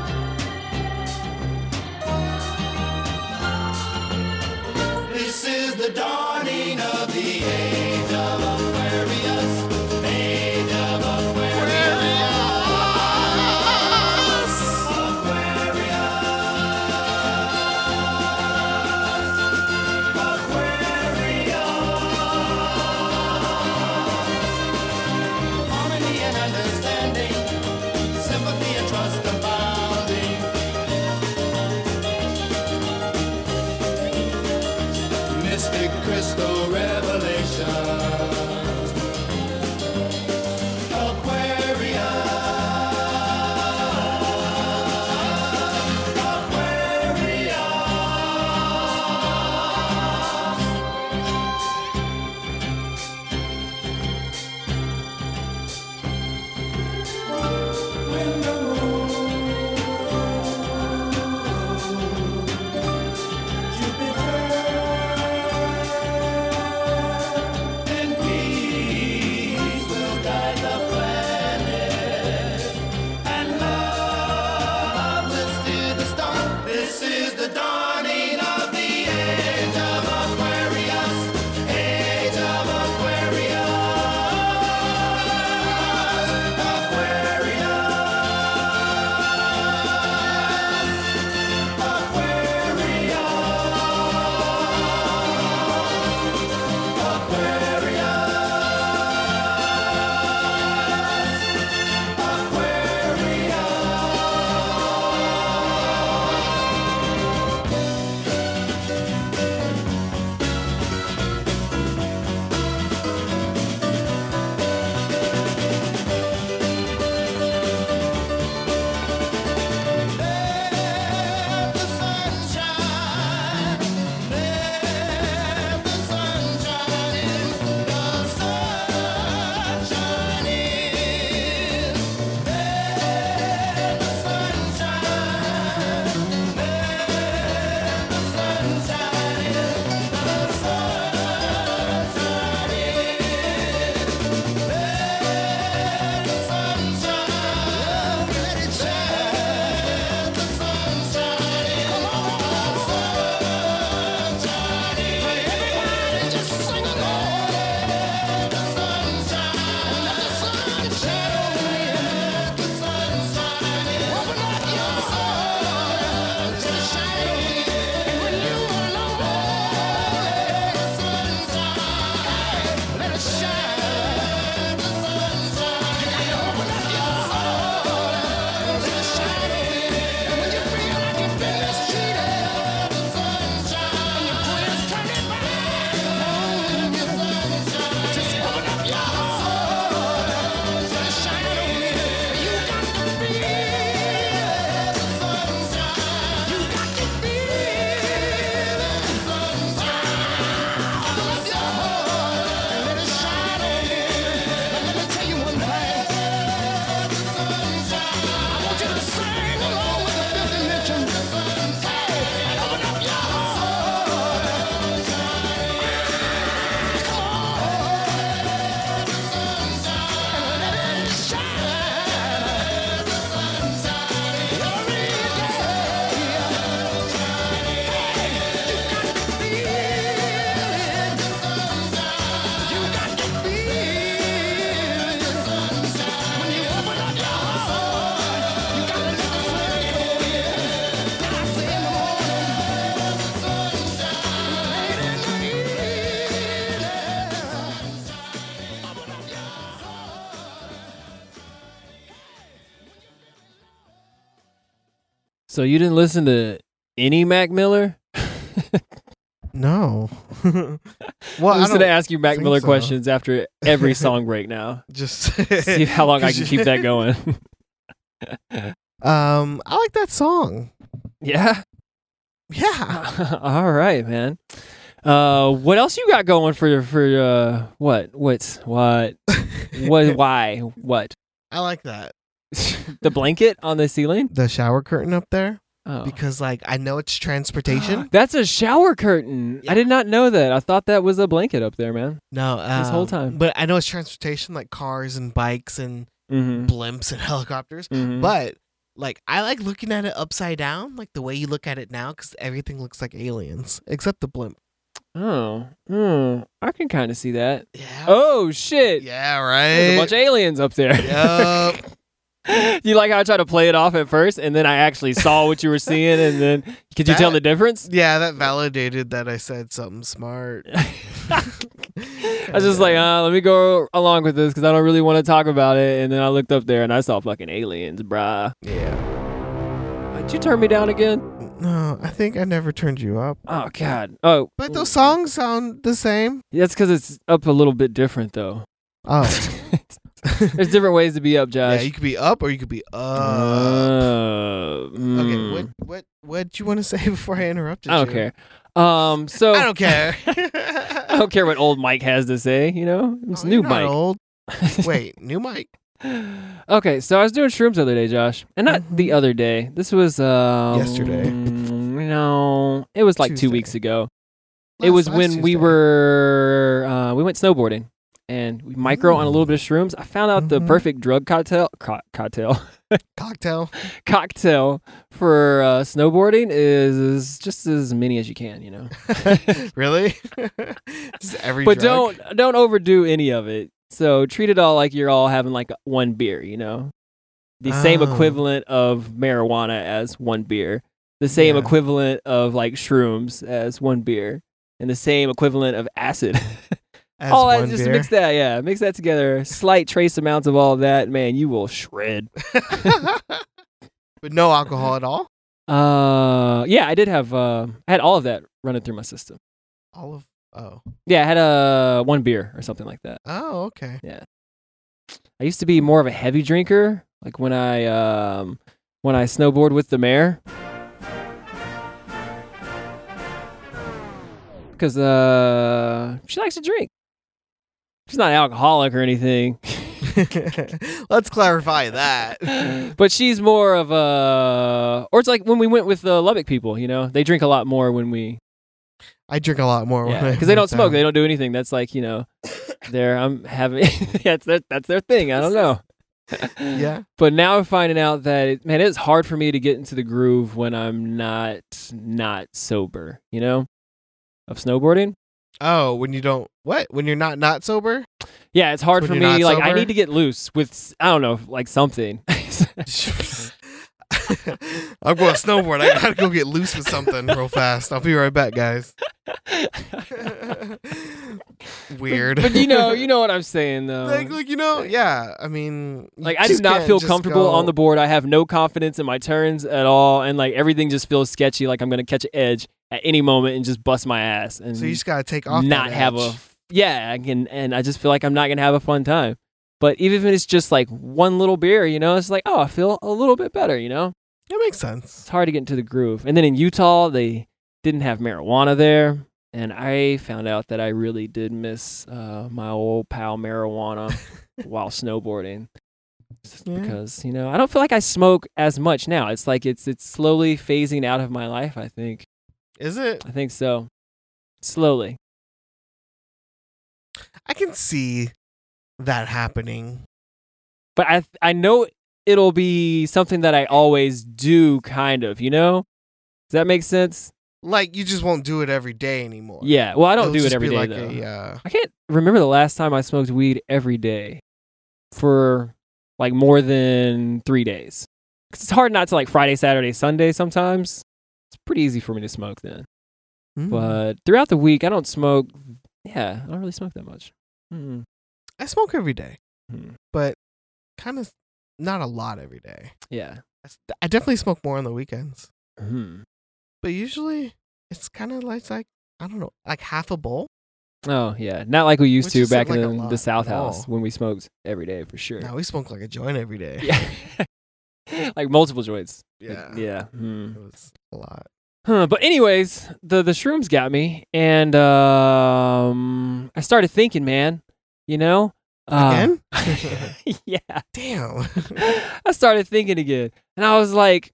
[SPEAKER 2] So you didn't listen to any Mac Miller?
[SPEAKER 1] No. well,
[SPEAKER 2] I'm
[SPEAKER 1] I
[SPEAKER 2] just
[SPEAKER 1] don't
[SPEAKER 2] gonna ask you Mac
[SPEAKER 1] think
[SPEAKER 2] Miller
[SPEAKER 1] so.
[SPEAKER 2] questions after every song break now.
[SPEAKER 1] just
[SPEAKER 2] See how long I can keep that going.
[SPEAKER 1] Um, I like that song.
[SPEAKER 2] yeah.
[SPEAKER 1] Yeah.
[SPEAKER 2] All right, man. Uh, what else you got going for for uh what what's what Uh, what why what
[SPEAKER 1] I like that.
[SPEAKER 2] the blanket on the ceiling?
[SPEAKER 1] The shower curtain up there
[SPEAKER 2] Oh.
[SPEAKER 1] because like I know it's transportation.
[SPEAKER 2] That's a shower curtain.
[SPEAKER 1] Yeah.
[SPEAKER 2] I did not know that. I thought that was a blanket up there, man.
[SPEAKER 1] no, uh,
[SPEAKER 2] This whole time.
[SPEAKER 1] But I know it's transportation like cars and bikes and
[SPEAKER 2] Mm-hmm.
[SPEAKER 1] blimps and helicopters.
[SPEAKER 2] Mm.
[SPEAKER 1] But like I like looking at it upside down, like the way you look at it now cuz everything looks like aliens except the blimp.
[SPEAKER 2] oh, hmm, I can kind of see that.
[SPEAKER 1] Yeah.
[SPEAKER 2] Oh shit!
[SPEAKER 1] Yeah,
[SPEAKER 2] There's a
[SPEAKER 1] right.
[SPEAKER 2] bunch of aliens up there.
[SPEAKER 1] Yup.
[SPEAKER 2] you like how I tried to play it off at first, and then I actually saw what you were seeing, and then could you tell the
[SPEAKER 1] That-
[SPEAKER 2] difference?
[SPEAKER 1] yeah, that validated that I said something smart.
[SPEAKER 2] I was just like, uh, let me go along with this because I don't really want to talk about it. And then I looked up there and I saw fucking aliens, bruh. uh,
[SPEAKER 1] yeah.
[SPEAKER 2] Why'd you turn me down again?
[SPEAKER 1] No, I think I never turned you up.
[SPEAKER 2] Oh god. Oh,
[SPEAKER 1] But those songs sound the same.
[SPEAKER 2] that's because it's up a little bit different though.
[SPEAKER 1] Oh.
[SPEAKER 2] There's different ways to be up, Josh.
[SPEAKER 1] yeah, you could be up or you could be up.
[SPEAKER 2] Uh,
[SPEAKER 1] okay,
[SPEAKER 2] mm.
[SPEAKER 1] what what what do you want to say before I interrupted
[SPEAKER 2] I don't
[SPEAKER 1] you?
[SPEAKER 2] care. Um, so
[SPEAKER 1] I don't care.
[SPEAKER 2] I don't care what old Mike has to say. You know, it's
[SPEAKER 1] Oh,
[SPEAKER 2] new
[SPEAKER 1] you're not
[SPEAKER 2] Mike.
[SPEAKER 1] Old. Wait, new Mike.
[SPEAKER 2] okay, so I was doing shrooms the other day, Josh, and not the
[SPEAKER 1] Mhm.
[SPEAKER 2] other day. This was um,
[SPEAKER 1] Yesterday.
[SPEAKER 2] No, it was like two
[SPEAKER 1] Tuesday.
[SPEAKER 2] weeks ago. it was when we were uh, we went snowboarding and we micro on a little bit of shrooms. I found out the
[SPEAKER 1] Mhm.
[SPEAKER 2] perfect drug cocktail co- cocktail
[SPEAKER 1] cocktail.
[SPEAKER 2] cocktail for uh, snowboarding is just as many as you can, you know.
[SPEAKER 1] really? Just every
[SPEAKER 2] but
[SPEAKER 1] drug?
[SPEAKER 2] don't don't overdo any of it. So treat it all like you're all having like one beer, you know, the same
[SPEAKER 1] Oh.
[SPEAKER 2] equivalent of marijuana as one beer, the same
[SPEAKER 1] Yeah.
[SPEAKER 2] equivalent of like shrooms as one beer, and the same equivalent of acid.
[SPEAKER 1] As
[SPEAKER 2] all that-
[SPEAKER 1] one
[SPEAKER 2] just
[SPEAKER 1] beer.
[SPEAKER 2] mix that, yeah, mix that together. Slight trace amounts of all of that, man, you will shred.
[SPEAKER 1] but no alcohol at all.
[SPEAKER 2] Uh, yeah, I did have uh, I had all of that running through my system.
[SPEAKER 1] All of oh
[SPEAKER 2] Yeah, I had uh one beer or something like that.
[SPEAKER 1] oh okay.
[SPEAKER 2] I used to be more of a heavy drinker, like when I um, when I snowboard with the mayor. Because uh, she likes to drink. She's not an alcoholic or anything,
[SPEAKER 1] Let's clarify that.
[SPEAKER 2] but she's more of a. Or it's like when we went with the Lubbock people, you know, they drink a lot more when we
[SPEAKER 1] I drink a lot more
[SPEAKER 2] because
[SPEAKER 1] when I
[SPEAKER 2] they
[SPEAKER 1] am
[SPEAKER 2] don't
[SPEAKER 1] with
[SPEAKER 2] smoke, they
[SPEAKER 1] them.
[SPEAKER 2] don't do anything. That's like you know, they're I'm having that's their that's their thing. I don't know.
[SPEAKER 1] Yeah.
[SPEAKER 2] But now I'm finding out that it, man, it's hard for me to get into the groove when I'm not not sober. You know, of snowboarding.
[SPEAKER 1] Oh, when you don't what? When you're not not sober?
[SPEAKER 2] Yeah, it's hard
[SPEAKER 1] When
[SPEAKER 2] for
[SPEAKER 1] you're
[SPEAKER 2] me.
[SPEAKER 1] not
[SPEAKER 2] Like I
[SPEAKER 1] sober?
[SPEAKER 2] need to get loose with s- I don't know, like something.
[SPEAKER 1] I'm going snowboard. I gotta go get loose with something real fast. I'll be right back, guys. Weird.
[SPEAKER 2] but you know, you know what I'm saying though.
[SPEAKER 1] like, like you know, yeah. I mean, you
[SPEAKER 2] Like I do
[SPEAKER 1] just
[SPEAKER 2] not
[SPEAKER 1] can't
[SPEAKER 2] feel
[SPEAKER 1] just
[SPEAKER 2] comfortable
[SPEAKER 1] go-
[SPEAKER 2] on the board. I have no confidence in my turns at all, and like everything just feels sketchy. Like I'm gonna catch an edge at any moment and just bust my ass and
[SPEAKER 1] So you just gotta take off.
[SPEAKER 2] not
[SPEAKER 1] that
[SPEAKER 2] have a
[SPEAKER 1] edge.
[SPEAKER 2] yeah. I can, and I just feel like I'm not gonna have a fun time. But even if it's just like one little beer, you know, it's like oh, I feel a little bit better. You know,
[SPEAKER 1] That makes sense.
[SPEAKER 2] it's hard to get into the groove. And then in Utah, they didn't have marijuana there, and I found out that I really did miss uh, my old pal marijuana while snowboarding Just
[SPEAKER 1] Yeah.
[SPEAKER 2] because you know I don't feel like I smoke as much now. It's like it's it's slowly phasing out of my life. I think
[SPEAKER 1] Is it?
[SPEAKER 2] I think so, slowly.
[SPEAKER 1] I can see that happening.
[SPEAKER 2] But I I know it'll be something that I always do, kind of. You know, does that make sense?
[SPEAKER 1] Like you just won't do it every day anymore.
[SPEAKER 2] Yeah. Well, I don't
[SPEAKER 1] It'll
[SPEAKER 2] do it
[SPEAKER 1] just
[SPEAKER 2] every
[SPEAKER 1] be
[SPEAKER 2] day
[SPEAKER 1] like
[SPEAKER 2] though.
[SPEAKER 1] A, uh,
[SPEAKER 2] I can't remember the last time I smoked weed every day for like more than three days. 'Cause it's hard not to like Friday, Saturday, Sunday sometimes. It's pretty easy for me to smoke then.
[SPEAKER 1] mm.
[SPEAKER 2] But throughout the week, I don't smoke. Yeah, I don't really smoke that much. Mm-hmm. Mm-mm.
[SPEAKER 1] I Hmm? smoke every day,
[SPEAKER 2] Mm.
[SPEAKER 1] but kind of not a lot every day.
[SPEAKER 2] Yeah.
[SPEAKER 1] I s- I definitely smoke more on the weekends,
[SPEAKER 2] Hmm.
[SPEAKER 1] but usually it's kind of like, like I don't know, like half a bowl.
[SPEAKER 2] Oh yeah, not like we used
[SPEAKER 1] Which
[SPEAKER 2] to
[SPEAKER 1] isn't,
[SPEAKER 2] back
[SPEAKER 1] like, a
[SPEAKER 2] in
[SPEAKER 1] lot
[SPEAKER 2] the South
[SPEAKER 1] at
[SPEAKER 2] House
[SPEAKER 1] all.
[SPEAKER 2] when we smoked every day for sure.
[SPEAKER 1] Now we smoke like a joint every day.
[SPEAKER 2] Yeah, like multiple joints. Like,
[SPEAKER 1] Yeah.
[SPEAKER 2] yeah. Hmm.
[SPEAKER 1] It was a lot.
[SPEAKER 2] Huh, but anyways, the the shrooms got me, and um, I started thinking, man. You know,
[SPEAKER 1] Again?
[SPEAKER 2] Uh, yeah.
[SPEAKER 1] Damn.
[SPEAKER 2] I started thinking again, and I was like,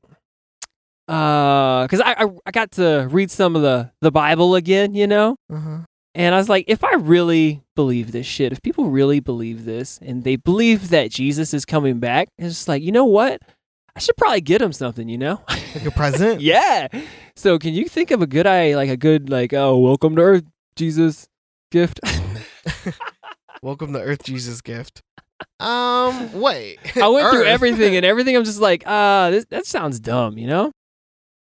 [SPEAKER 2] uh, because I, I I got to read some of the the Bible again, you know,
[SPEAKER 1] uh-huh.
[SPEAKER 2] and I was like, if I really believe this shit, if people really believe this, and they believe that Jesus is coming back, it's just like, you know what? I should probably get him something, you know?
[SPEAKER 1] Like a present.
[SPEAKER 2] yeah. So can you think of a good I like a good like oh welcome to Earth Jesus gift?
[SPEAKER 1] Welcome to Earth Jesus gift. Um, wait.
[SPEAKER 2] I went through
[SPEAKER 1] Earth.
[SPEAKER 2] everything and everything. I'm just like ah this, that sounds dumb, you know?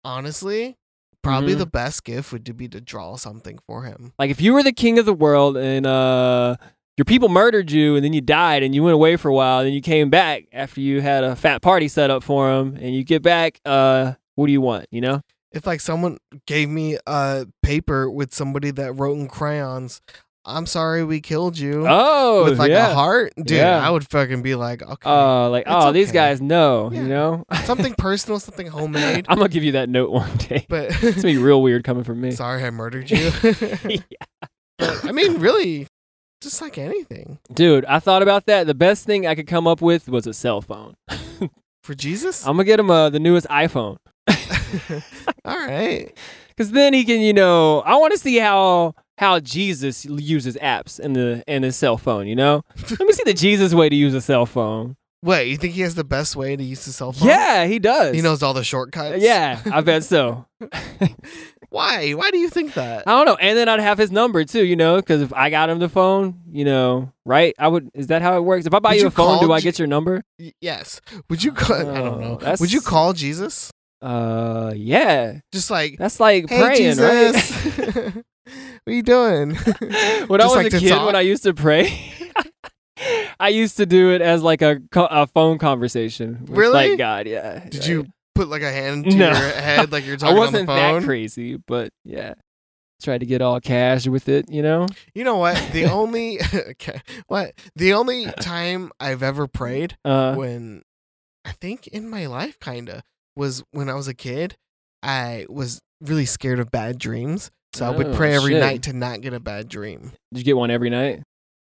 [SPEAKER 1] Honestly, probably
[SPEAKER 2] Mhm.
[SPEAKER 1] the best gift would be to draw something for him.
[SPEAKER 2] Like if you were the king of the world and uh your people murdered you and then you died and you went away for a while and then you came back after you had a fat party set up for him and you get back uh what do you want, you know?
[SPEAKER 1] If like someone gave me a paper with somebody that wrote in crayons, "I'm sorry we killed you,"
[SPEAKER 2] Oh,
[SPEAKER 1] with like
[SPEAKER 2] yeah.
[SPEAKER 1] a heart, dude,
[SPEAKER 2] Yeah.
[SPEAKER 1] I would fucking be like, okay,
[SPEAKER 2] Oh, like
[SPEAKER 1] It's
[SPEAKER 2] oh, these
[SPEAKER 1] okay.
[SPEAKER 2] guys know,
[SPEAKER 1] Yeah.
[SPEAKER 2] you know.
[SPEAKER 1] something personal, something homemade.
[SPEAKER 2] I'm gonna give you that note one day.
[SPEAKER 1] But
[SPEAKER 2] It's gonna be real weird coming from me.
[SPEAKER 1] sorry, I murdered you. But, I mean, really, just like anything
[SPEAKER 2] Dude, I thought about that. The best thing I could come up with was a cell phone. I'm
[SPEAKER 1] for Jesus.
[SPEAKER 2] gonna get him uh, the newest iPhone,
[SPEAKER 1] All right.
[SPEAKER 2] cause then he can, you know, I want to see how how Jesus uses apps and the and his cell phone. You know, let me see the Jesus way to use a cell phone.
[SPEAKER 1] Wait, you think he has the best way to use his cell phone?
[SPEAKER 2] Yeah, he does. Uh,
[SPEAKER 1] He knows all the shortcuts.
[SPEAKER 2] Yeah, I bet so.
[SPEAKER 1] Why? Why do you think that?
[SPEAKER 2] I don't know. And then I'd have his number too, you know, because if I got him the phone, you know, right? I would. Is that how it works? If I buy
[SPEAKER 1] Would
[SPEAKER 2] you
[SPEAKER 1] you
[SPEAKER 2] a phone, do
[SPEAKER 1] call
[SPEAKER 2] I
[SPEAKER 1] J-
[SPEAKER 2] get your number?
[SPEAKER 1] Y- yes. Would you call? I
[SPEAKER 2] Oh,
[SPEAKER 1] don't know.
[SPEAKER 2] that's-
[SPEAKER 1] Would you call Jesus?
[SPEAKER 2] Uh, yeah.
[SPEAKER 1] Just like,
[SPEAKER 2] That's like
[SPEAKER 1] hey
[SPEAKER 2] praying, right?
[SPEAKER 1] Jesus, what are you doing? Just
[SPEAKER 2] when I was
[SPEAKER 1] like
[SPEAKER 2] a
[SPEAKER 1] to
[SPEAKER 2] kid,
[SPEAKER 1] talk?
[SPEAKER 2] when I used to pray, I used to do it as like a, co- a phone conversation. With
[SPEAKER 1] Really?
[SPEAKER 2] Like God, yeah.
[SPEAKER 1] Did
[SPEAKER 2] Like,
[SPEAKER 1] you put like a hand to
[SPEAKER 2] No.
[SPEAKER 1] your head like you're
[SPEAKER 2] I
[SPEAKER 1] talking
[SPEAKER 2] wasn't
[SPEAKER 1] on the phone?
[SPEAKER 2] that crazy, but yeah. Tried to get all cash with it, you know.
[SPEAKER 1] you know what? The only okay, what the only time I've ever prayed
[SPEAKER 2] Uh,
[SPEAKER 1] when I think in my life kinda was when I was a kid. I was really scared of bad dreams, so I would
[SPEAKER 2] Oh,
[SPEAKER 1] pray every
[SPEAKER 2] shit.
[SPEAKER 1] night to not get a bad dream.
[SPEAKER 2] did you get one every night?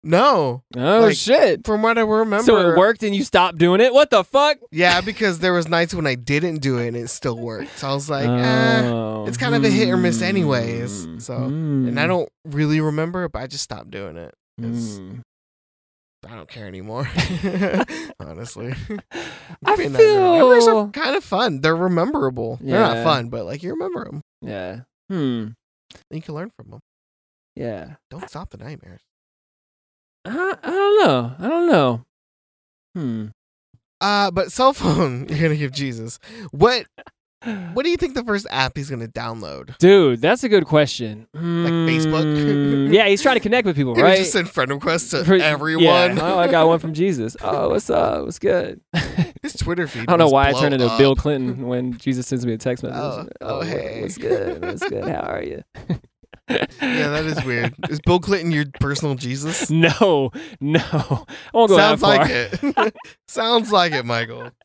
[SPEAKER 1] No,
[SPEAKER 2] Oh
[SPEAKER 1] Like,
[SPEAKER 2] shit!
[SPEAKER 1] from what I remember,
[SPEAKER 2] So it worked, and you stopped doing it. What the fuck?
[SPEAKER 1] Yeah, because there was nights when I didn't do it and it still worked. So I was like, eh.
[SPEAKER 2] Oh,
[SPEAKER 1] it's kind of a hit or miss anyways,
[SPEAKER 2] hmm,
[SPEAKER 1] so-
[SPEAKER 2] hmm,
[SPEAKER 1] and I don't really remember, but I just stopped doing it. 'cause
[SPEAKER 2] hmm.
[SPEAKER 1] I don't care anymore. Honestly,
[SPEAKER 2] I
[SPEAKER 1] Being that memories are
[SPEAKER 2] feel.
[SPEAKER 1] kind of fun. They're rememberable. They're not
[SPEAKER 2] Yeah.
[SPEAKER 1] fun, but like you remember them,
[SPEAKER 2] Yeah. Hmm.
[SPEAKER 1] and you can learn from them.
[SPEAKER 2] Yeah.
[SPEAKER 1] Don't stop the nightmares.
[SPEAKER 2] I, I don't know. I don't know. Hmm.
[SPEAKER 1] Uh, but cell phone, you're gonna give Jesus. What? What do you think the first app he's gonna download?
[SPEAKER 2] Dude, that's a good question.
[SPEAKER 1] Facebook?
[SPEAKER 2] Hmm, yeah, he's trying to connect with people,
[SPEAKER 1] He
[SPEAKER 2] right?
[SPEAKER 1] just send friend requests to
[SPEAKER 2] For-
[SPEAKER 1] everyone.
[SPEAKER 2] Yeah. Oh, I got one from Jesus. Oh, what's up? What's good? I
[SPEAKER 1] His Twitter feed.
[SPEAKER 2] don't know
[SPEAKER 1] must
[SPEAKER 2] why I
[SPEAKER 1] blow
[SPEAKER 2] turned into
[SPEAKER 1] up.
[SPEAKER 2] Bill Clinton when Jesus sends me a text message.
[SPEAKER 1] Oh, oh,
[SPEAKER 2] what-
[SPEAKER 1] hey.
[SPEAKER 2] What's good? What's good? How are you?
[SPEAKER 1] Yeah, that is weird. Is Bill Clinton your personal Jesus?
[SPEAKER 2] No, no. I won't go
[SPEAKER 1] Sounds
[SPEAKER 2] that far.
[SPEAKER 1] like it. Sounds like it, Michael.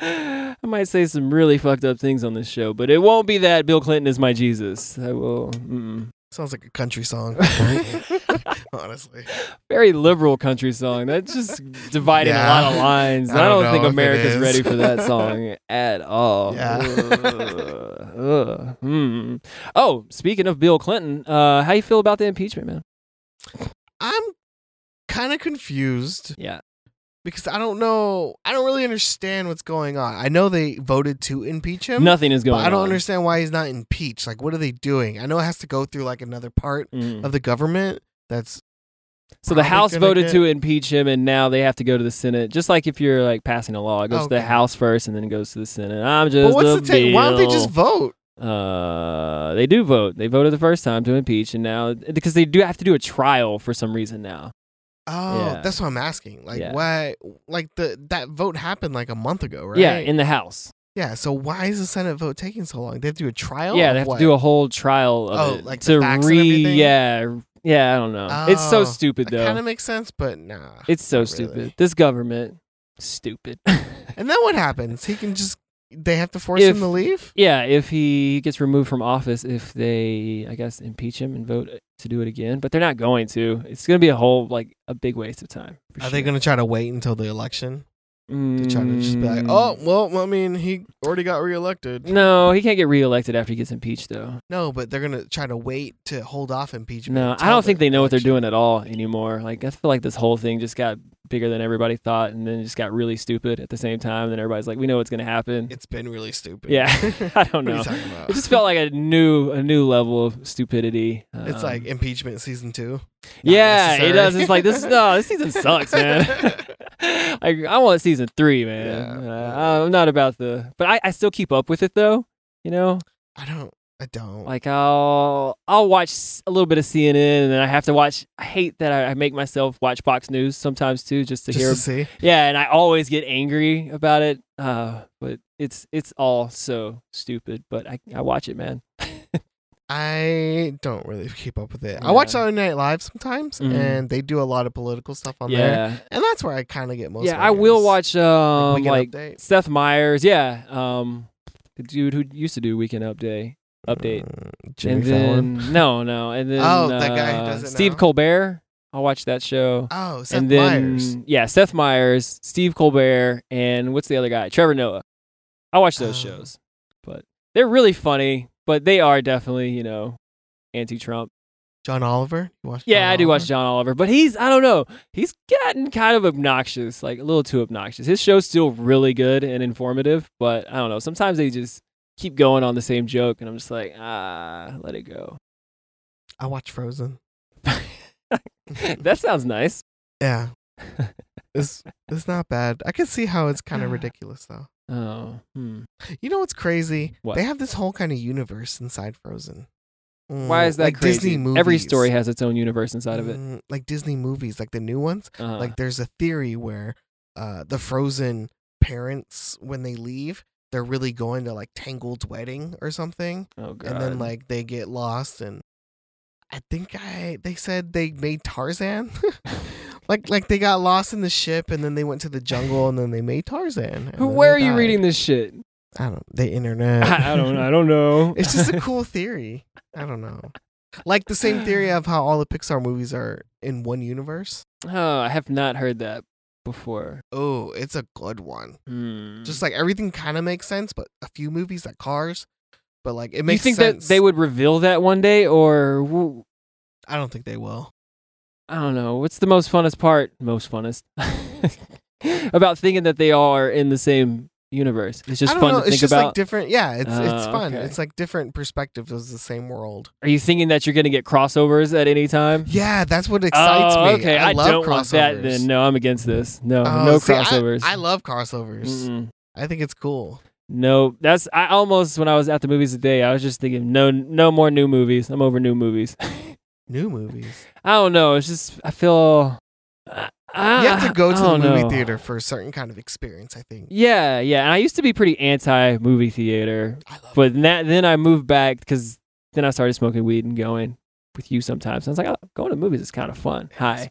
[SPEAKER 2] I might say some really fucked up things on this show, but it won't be that Bill Clinton is my Jesus. I will. Mm-mm.
[SPEAKER 1] Sounds like a country song, honestly.
[SPEAKER 2] Very liberal country song. That's just dividing a lot of
[SPEAKER 1] Yeah.
[SPEAKER 2] lines.
[SPEAKER 1] I
[SPEAKER 2] I don't,
[SPEAKER 1] don't know
[SPEAKER 2] think
[SPEAKER 1] if it
[SPEAKER 2] America's
[SPEAKER 1] is.
[SPEAKER 2] ready for that song at all.
[SPEAKER 1] Yeah.
[SPEAKER 2] Ugh, ugh, mm. Oh, speaking of Bill Clinton, uh, how you feel about the impeachment, man?
[SPEAKER 1] I'm kind of confused
[SPEAKER 2] Yeah.
[SPEAKER 1] because I don't know. I don't really understand what's going on. I know they voted to impeach him.
[SPEAKER 2] Nothing is
[SPEAKER 1] but
[SPEAKER 2] going on.
[SPEAKER 1] I don't understand why he's not impeached. Like, what are they doing? I know it has to go through like another part
[SPEAKER 2] Mm.
[SPEAKER 1] of the government. That's
[SPEAKER 2] So the
[SPEAKER 1] probably
[SPEAKER 2] House
[SPEAKER 1] gonna
[SPEAKER 2] voted
[SPEAKER 1] get-
[SPEAKER 2] to impeach him, and now they have to go to the Senate. Just like if you're like passing a law, it goes to the
[SPEAKER 1] Okay.
[SPEAKER 2] House first, and then it goes to the Senate. I'm just.
[SPEAKER 1] but what's
[SPEAKER 2] a
[SPEAKER 1] the take? Why don't they
[SPEAKER 2] bill.
[SPEAKER 1] just vote?
[SPEAKER 2] Uh, they do vote. They voted the first time to impeach, and now because they do have to do a trial for some reason now.
[SPEAKER 1] Oh,
[SPEAKER 2] Yeah.
[SPEAKER 1] that's what I'm asking. Like
[SPEAKER 2] Yeah.
[SPEAKER 1] why like the that vote happened like a month ago, right?
[SPEAKER 2] Yeah, in the House.
[SPEAKER 1] yeah, so why is the Senate vote taking so long? They have to do a trial?
[SPEAKER 2] yeah,
[SPEAKER 1] of
[SPEAKER 2] they have
[SPEAKER 1] what?
[SPEAKER 2] to do a whole trial of
[SPEAKER 1] Oh,
[SPEAKER 2] it
[SPEAKER 1] like the
[SPEAKER 2] to
[SPEAKER 1] facts and
[SPEAKER 2] re.
[SPEAKER 1] everything?
[SPEAKER 2] yeah, yeah. I don't know. it's so
[SPEAKER 1] Oh,
[SPEAKER 2] stupid
[SPEAKER 1] That
[SPEAKER 2] though.
[SPEAKER 1] kind of makes sense, but nah.
[SPEAKER 2] it's so
[SPEAKER 1] not really.
[SPEAKER 2] stupid. This government, stupid.
[SPEAKER 1] And then what happens? He can just they have to force
[SPEAKER 2] If-
[SPEAKER 1] him to leave?
[SPEAKER 2] yeah, if he gets removed from office, if they, I guess, impeach him and vote to do it again, but they're not going to. It's going to be a whole like a big waste of time. for
[SPEAKER 1] Are they
[SPEAKER 2] sure.
[SPEAKER 1] going to try to wait until the election to try to just be like,
[SPEAKER 2] Mm,
[SPEAKER 1] "Oh, well, I mean, he already got reelected."
[SPEAKER 2] No, he can't get reelected after he gets impeached, though.
[SPEAKER 1] No, but they're gonna try to wait to hold off impeachment.
[SPEAKER 2] No,
[SPEAKER 1] until
[SPEAKER 2] I don't think
[SPEAKER 1] the
[SPEAKER 2] they know what they're
[SPEAKER 1] election.
[SPEAKER 2] doing at all anymore. Like I feel like this whole thing just got bigger than everybody thought, and then it just got really stupid at the same time. Then everybody's like, "We know what's going to happen."
[SPEAKER 1] It's been really stupid.
[SPEAKER 2] Yeah,
[SPEAKER 1] what
[SPEAKER 2] I don't
[SPEAKER 1] are
[SPEAKER 2] know.
[SPEAKER 1] you
[SPEAKER 2] It
[SPEAKER 1] talking about?
[SPEAKER 2] just felt like a new, a new level of stupidity.
[SPEAKER 1] It's
[SPEAKER 2] Um,
[SPEAKER 1] like impeachment season two. Not
[SPEAKER 2] yeah,
[SPEAKER 1] necessary.
[SPEAKER 2] it does. It's like this. No, this season sucks, man. like I want season three, man.
[SPEAKER 1] Yeah.
[SPEAKER 2] Uh, I'm not about the, but I, I still keep up with it though. You know,
[SPEAKER 1] I don't. I don't.
[SPEAKER 2] like I'll I'll watch s- a little bit of CNN, and then I have to watch. I hate that I, I make myself watch Fox News sometimes too, just to
[SPEAKER 1] just
[SPEAKER 2] hear.
[SPEAKER 1] to see.
[SPEAKER 2] yeah, and I always get angry about it. Uh, but it's it's all so stupid. But I I watch it, man.
[SPEAKER 1] I don't really keep up with it.
[SPEAKER 2] Yeah.
[SPEAKER 1] I watch Saturday Night Live sometimes,
[SPEAKER 2] Mhm.
[SPEAKER 1] and they do a lot of political stuff on there,
[SPEAKER 2] yeah,
[SPEAKER 1] and that's where I kind of get most.
[SPEAKER 2] yeah.
[SPEAKER 1] of my
[SPEAKER 2] I will
[SPEAKER 1] news.
[SPEAKER 2] watch um
[SPEAKER 1] Weekend
[SPEAKER 2] like
[SPEAKER 1] Update.
[SPEAKER 2] Seth Meyers, yeah. Um, the dude who used to do Weekend Update, Update,
[SPEAKER 1] Mm, Jimmy
[SPEAKER 2] and
[SPEAKER 1] Fallon.
[SPEAKER 2] then no, no, and then
[SPEAKER 1] Oh, that guy who
[SPEAKER 2] uh,
[SPEAKER 1] does it
[SPEAKER 2] Steve
[SPEAKER 1] now?
[SPEAKER 2] Colbert. I'll watch that show,
[SPEAKER 1] Oh, Seth
[SPEAKER 2] and then
[SPEAKER 1] Meyers.
[SPEAKER 2] yeah, Seth Meyers, Steve Colbert, and what's the other guy? Trevor Noah. I watch those
[SPEAKER 1] Oh.
[SPEAKER 2] shows, but they're really funny. But they are definitely you know anti-Trump.
[SPEAKER 1] John Oliver. You watch
[SPEAKER 2] Yeah,
[SPEAKER 1] John
[SPEAKER 2] I do watch
[SPEAKER 1] Oliver?
[SPEAKER 2] John Oliver, but he's I don't know. He's gotten kind of obnoxious, like a little too obnoxious. His show's still really good and informative, but I don't know. Sometimes they just keep going on the same joke and I'm just like, ah, let it go.
[SPEAKER 1] I watch Frozen.
[SPEAKER 2] that sounds nice.
[SPEAKER 1] Yeah. it's it's not bad. I can see how it's kind of ridiculous though.
[SPEAKER 2] Oh, hmm.
[SPEAKER 1] You know what's crazy?
[SPEAKER 2] What?
[SPEAKER 1] They have this whole kind of universe inside Frozen. Mm,
[SPEAKER 2] Why is that
[SPEAKER 1] like
[SPEAKER 2] crazy?
[SPEAKER 1] Disney movies.
[SPEAKER 2] Every story has its own universe inside of it.
[SPEAKER 1] Mm, like Disney movies, like the new ones.
[SPEAKER 2] Uh,
[SPEAKER 1] Mm, Like there's a theory where uh the Frozen parents when they leave, they're really going to like Tangled's wedding or something.
[SPEAKER 2] oh god.
[SPEAKER 1] And then like they get lost and I think I they said they made Tarzan. like like they got lost in the ship and then they went to the jungle and then they made Tarzan. and
[SPEAKER 2] Who,
[SPEAKER 1] then
[SPEAKER 2] where are
[SPEAKER 1] they
[SPEAKER 2] you
[SPEAKER 1] died.
[SPEAKER 2] reading this shit?
[SPEAKER 1] I don't the internet.
[SPEAKER 2] I, I don't. I don't know.
[SPEAKER 1] it's just a cool theory. I don't know. Like the same theory of how all the Pixar movies are in one universe.
[SPEAKER 2] oh, I have not heard that before.
[SPEAKER 1] Oh, it's a good one.
[SPEAKER 2] Hmm.
[SPEAKER 1] Just like everything kind of makes sense, but a few movies like Cars, but like it
[SPEAKER 2] Do you
[SPEAKER 1] makes
[SPEAKER 2] think
[SPEAKER 1] sense.
[SPEAKER 2] that they would reveal that one day, or w-
[SPEAKER 1] I don't think they will.
[SPEAKER 2] I don't know. What's the most funnest part? Most funnest about thinking that they all are in the same universe. It's just
[SPEAKER 1] I don't
[SPEAKER 2] fun
[SPEAKER 1] know.
[SPEAKER 2] to think
[SPEAKER 1] it's just
[SPEAKER 2] about.
[SPEAKER 1] like different. Yeah, it's it's
[SPEAKER 2] Oh,
[SPEAKER 1] fun.
[SPEAKER 2] okay.
[SPEAKER 1] It's like different perspectives of the same world.
[SPEAKER 2] are you thinking that you're going to get crossovers at any time?
[SPEAKER 1] Yeah, that's what excites
[SPEAKER 2] oh,
[SPEAKER 1] me.
[SPEAKER 2] okay.
[SPEAKER 1] I, love
[SPEAKER 2] don't
[SPEAKER 1] crossovers.
[SPEAKER 2] want that. Then no, I'm against this. No,
[SPEAKER 1] Oh,
[SPEAKER 2] no
[SPEAKER 1] see, I-
[SPEAKER 2] crossovers.
[SPEAKER 1] I, love crossovers.
[SPEAKER 2] Mm-mm.
[SPEAKER 1] I think it's cool.
[SPEAKER 2] No, that's I almost when I was at the movies today, I was just thinking, no, no more new movies. I'm over new movies.
[SPEAKER 1] New movies.
[SPEAKER 2] I don't know. It's just I feel. I,
[SPEAKER 1] you have to go to
[SPEAKER 2] Uh, I
[SPEAKER 1] the
[SPEAKER 2] don't
[SPEAKER 1] movie
[SPEAKER 2] know.
[SPEAKER 1] theater for a certain kind of experience. I think.
[SPEAKER 2] Yeah, yeah. And I used to be pretty anti movie theater,
[SPEAKER 1] I love.
[SPEAKER 2] but that, then I moved back because then I started smoking weed and going with you sometimes. I was like, oh, going to movies is kind of fun. Hi.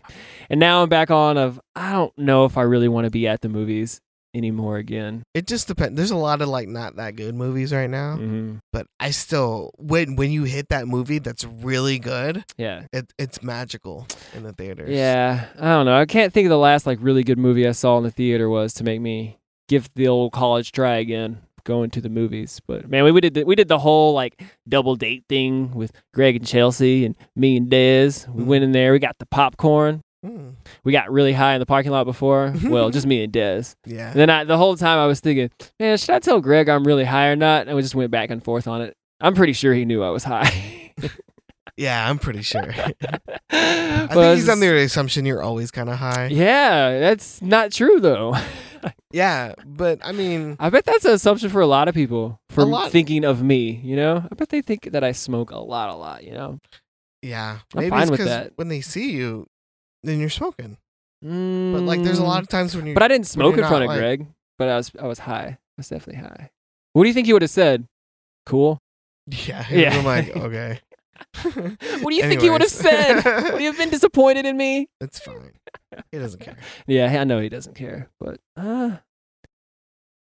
[SPEAKER 2] And now I'm back on of I don't know if I really want to be at the movies anymore again.
[SPEAKER 1] it just depends. There's a lot of like not that good movies right now,
[SPEAKER 2] Mhm.
[SPEAKER 1] but I still when when you hit that movie that's really good,
[SPEAKER 2] Yeah.
[SPEAKER 1] it it's magical in the theaters.
[SPEAKER 2] Yeah. I don't know. I can't think of the last like really good movie I saw in the theater was to make me give the old college try again going to the movies. But man, we, we did the, we did the whole like double date thing with Greg and Chelsea and me and Dez. We
[SPEAKER 1] Mhm.
[SPEAKER 2] went in there, we got the popcorn.
[SPEAKER 1] Mm.
[SPEAKER 2] We got really high in the parking lot before. Well, just me and Dez.
[SPEAKER 1] yeah.
[SPEAKER 2] And then I, the whole time I was thinking, man, should I tell Greg I'm really high or not? And we just went back and forth on it. I'm pretty sure he knew I was high.
[SPEAKER 1] Yeah, I'm pretty sure. I
[SPEAKER 2] I
[SPEAKER 1] think he's under the assumption you're always kind of high.
[SPEAKER 2] Yeah, that's not true though.
[SPEAKER 1] Yeah, but I mean,
[SPEAKER 2] I bet that's an assumption for a lot of people for
[SPEAKER 1] A lot.
[SPEAKER 2] thinking of me, you know? I bet they think that I smoke a lot, a lot, you know?
[SPEAKER 1] yeah,
[SPEAKER 2] I'm
[SPEAKER 1] maybe
[SPEAKER 2] fine
[SPEAKER 1] it's
[SPEAKER 2] with
[SPEAKER 1] because
[SPEAKER 2] that.
[SPEAKER 1] when they see you, then you're smoking. But like, there's a lot of times when you.
[SPEAKER 2] Mm. But I didn't smoke in
[SPEAKER 1] you're
[SPEAKER 2] front
[SPEAKER 1] not,
[SPEAKER 2] of
[SPEAKER 1] like-
[SPEAKER 2] Greg. But I was I was high. I was definitely high. What do you think he would have said? Cool.
[SPEAKER 1] yeah,
[SPEAKER 2] Yeah.
[SPEAKER 1] I'm like, okay. what do
[SPEAKER 2] What do you think he would have said? Would he have been disappointed in me?
[SPEAKER 1] it's fine. He doesn't care.
[SPEAKER 2] Yeah, I know he doesn't care, but uh, I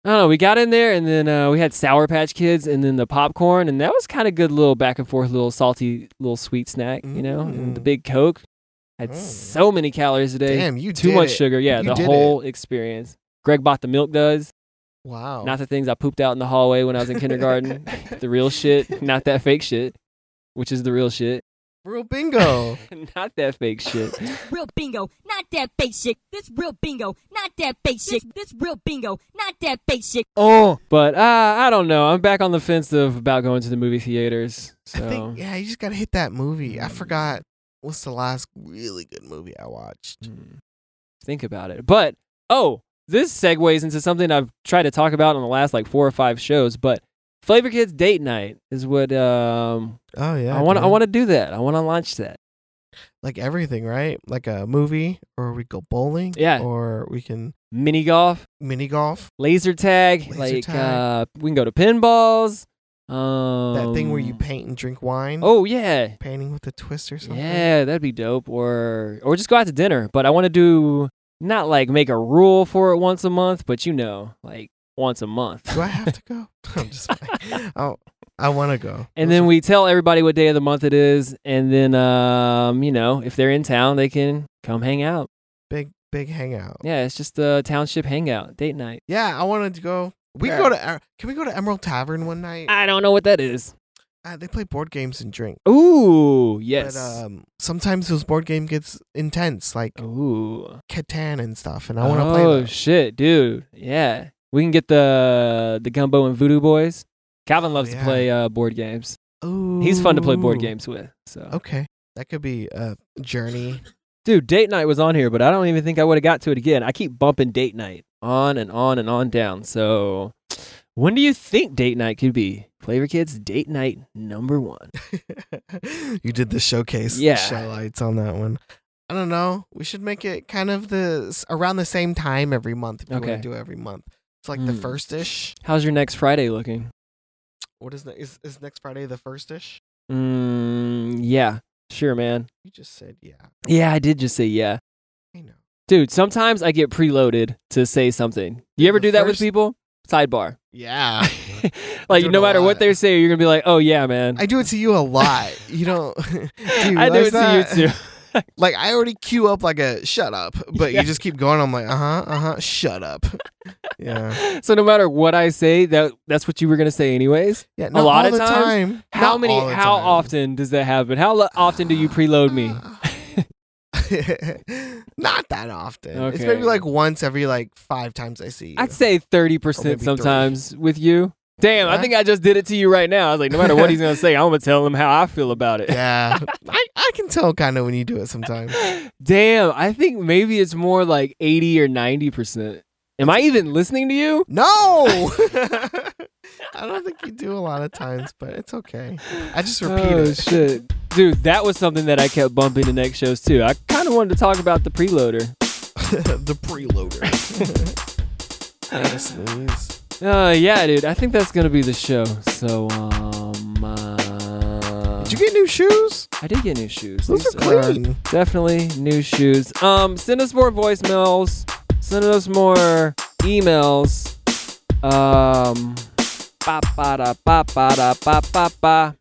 [SPEAKER 2] don't know. We got in there, and then uh, we had Sour Patch Kids, and then the popcorn, and that was kind of good, little back and forth, little salty, little sweet snack, you know. And the
[SPEAKER 1] Mm.
[SPEAKER 2] big Coke had
[SPEAKER 1] Oh.
[SPEAKER 2] so many calories a day,
[SPEAKER 1] Damn, you
[SPEAKER 2] too
[SPEAKER 1] did
[SPEAKER 2] much
[SPEAKER 1] it.
[SPEAKER 2] sugar. Yeah,
[SPEAKER 1] You
[SPEAKER 2] the
[SPEAKER 1] did it.
[SPEAKER 2] whole experience. Greg bought the milk duds,
[SPEAKER 1] Wow.
[SPEAKER 2] not the things I pooped out in the hallway when I was in kindergarten. the real shit, not that fake shit, which is the real shit,
[SPEAKER 1] Real bingo.
[SPEAKER 2] not that fake shit.
[SPEAKER 3] Real bingo, not that basic. This real bingo, not that basic. This real bingo, not that basic.
[SPEAKER 2] Oh, but uh, I don't know. I'm back on the fence of about going to the movie theaters. So Mm.
[SPEAKER 1] I think yeah, you just gotta hit that movie. I forgot what's the last really good movie I watched.
[SPEAKER 2] Hmm. think about it. But oh, this segues into something I've tried to talk about on the last like four or five shows. But Flavor Kids date night is what um,
[SPEAKER 1] Oh yeah,
[SPEAKER 2] I want. I
[SPEAKER 1] dude.
[SPEAKER 2] want to do that. I want to launch that.
[SPEAKER 1] like everything, right? Like a movie, or we go bowling,
[SPEAKER 2] Yeah.
[SPEAKER 1] or we can
[SPEAKER 2] Mini golf,
[SPEAKER 1] mini golf.
[SPEAKER 2] laser tag,
[SPEAKER 1] Laser
[SPEAKER 2] like
[SPEAKER 1] tag.
[SPEAKER 2] Uh, we can go to pinballs. Um,
[SPEAKER 1] That thing where you paint and drink wine.
[SPEAKER 2] Oh yeah,
[SPEAKER 1] painting with a twist or something.
[SPEAKER 2] Yeah, that'd be dope. Or or just go out to dinner. But I want to do not like make a rule for it once a month, but you know, like once a month.
[SPEAKER 1] Do I have to go? I'm just. Playing. I I want to go.
[SPEAKER 2] and then we tell everybody what day of the month it is, and then um, you know, if they're in town, they can come hang out.
[SPEAKER 1] big big hangout.
[SPEAKER 2] Yeah, it's just a township hangout, date night.
[SPEAKER 1] Yeah, I wanted to go. We
[SPEAKER 2] Yeah.
[SPEAKER 1] can go to. Em- Can we go to Emerald Tavern one night?
[SPEAKER 2] I don't know what that is.
[SPEAKER 1] Uh, they play board games and drink.
[SPEAKER 2] Ooh, yes.
[SPEAKER 1] But um, sometimes those board game gets intense, like
[SPEAKER 2] Ooh.
[SPEAKER 1] Catan and stuff, and I want to
[SPEAKER 2] oh,
[SPEAKER 1] play those.
[SPEAKER 2] shit, dude. Yeah. We can get the the Gumbo and Voodoo Boys. Calvin loves to
[SPEAKER 1] Oh, yeah.
[SPEAKER 2] play uh, board games.
[SPEAKER 1] Ooh.
[SPEAKER 2] He's fun to play board games with. So,
[SPEAKER 1] Okay, that could be a journey.
[SPEAKER 2] dude, date night was on here, but I don't even think I would have got to it again. I keep bumping date night on and on and on down. So, when do you think date night could be? Flavor Kids date night number one.
[SPEAKER 1] you did the showcase
[SPEAKER 2] Yeah.
[SPEAKER 1] show lights on that one. I don't know. We should make it kind of the around the same time every month. If you
[SPEAKER 2] Okay.
[SPEAKER 1] want to do it every month, it's like the
[SPEAKER 2] Mm.
[SPEAKER 1] first ish.
[SPEAKER 2] How's your next Friday looking?
[SPEAKER 1] What is the, is is next Friday the first ish?
[SPEAKER 2] Mm, yeah, sure, man.
[SPEAKER 1] You just said yeah.
[SPEAKER 2] Yeah, I did just say yeah,
[SPEAKER 1] I know.
[SPEAKER 2] dude. Sometimes I get preloaded to say something. You ever
[SPEAKER 1] The
[SPEAKER 2] do that with
[SPEAKER 1] first-
[SPEAKER 2] people? Sidebar.
[SPEAKER 1] Yeah,
[SPEAKER 2] like
[SPEAKER 1] do it
[SPEAKER 2] no
[SPEAKER 1] a
[SPEAKER 2] matter what
[SPEAKER 1] lot.
[SPEAKER 2] they say, you're gonna be like, oh yeah, man.
[SPEAKER 1] I do it to you a lot. You don't. do you
[SPEAKER 2] I do
[SPEAKER 1] realize
[SPEAKER 2] it
[SPEAKER 1] that?
[SPEAKER 2] to you too.
[SPEAKER 1] Like I already queue up like a shut up, but
[SPEAKER 2] Yeah.
[SPEAKER 1] you just keep going. I'm like, uh huh, uh huh, shut up. Yeah,
[SPEAKER 2] so no matter what I say, that that's what you were gonna say anyways.
[SPEAKER 1] yeah. Not
[SPEAKER 2] lot
[SPEAKER 1] all
[SPEAKER 2] of
[SPEAKER 1] the
[SPEAKER 2] times?
[SPEAKER 1] time.
[SPEAKER 2] How
[SPEAKER 1] Not
[SPEAKER 2] many?
[SPEAKER 1] all the
[SPEAKER 2] How
[SPEAKER 1] time.
[SPEAKER 2] often does that happen? How lo- often do you preload me?
[SPEAKER 1] Not that often. It's
[SPEAKER 2] Okay.
[SPEAKER 1] maybe like once every like five times I see you.
[SPEAKER 2] I'd say thirty
[SPEAKER 1] Or
[SPEAKER 2] percent
[SPEAKER 1] maybe
[SPEAKER 2] sometimes with you. Damn, I
[SPEAKER 1] Yeah.
[SPEAKER 2] think I just did it to you right now. I was like, no matter what he's gonna say, I'm gonna tell him how I feel about it.
[SPEAKER 1] yeah, I, I can tell kind of when you do it sometimes.
[SPEAKER 2] Damn, I think maybe it's more like eighty or ninety percent. Am I even listening to you?
[SPEAKER 1] No, I don't think you do a lot of times, but it's okay. I just repeat
[SPEAKER 2] oh,
[SPEAKER 1] it.
[SPEAKER 2] shit. Dude, that was something that I kept bumping to next shows too. I kind of wanted to talk about the preloader.
[SPEAKER 1] the preloader. I gotta sneeze.
[SPEAKER 2] Uh, yeah, dude. I think that's gonna be the show. So, um, uh,
[SPEAKER 1] Did you get new shoes?
[SPEAKER 2] I did get new shoes.
[SPEAKER 1] Those
[SPEAKER 2] These
[SPEAKER 1] are clean.
[SPEAKER 2] definitely new shoes. Um, send us more voicemails. Send us more emails. Um, ba ba da ba ba da ba ba ba.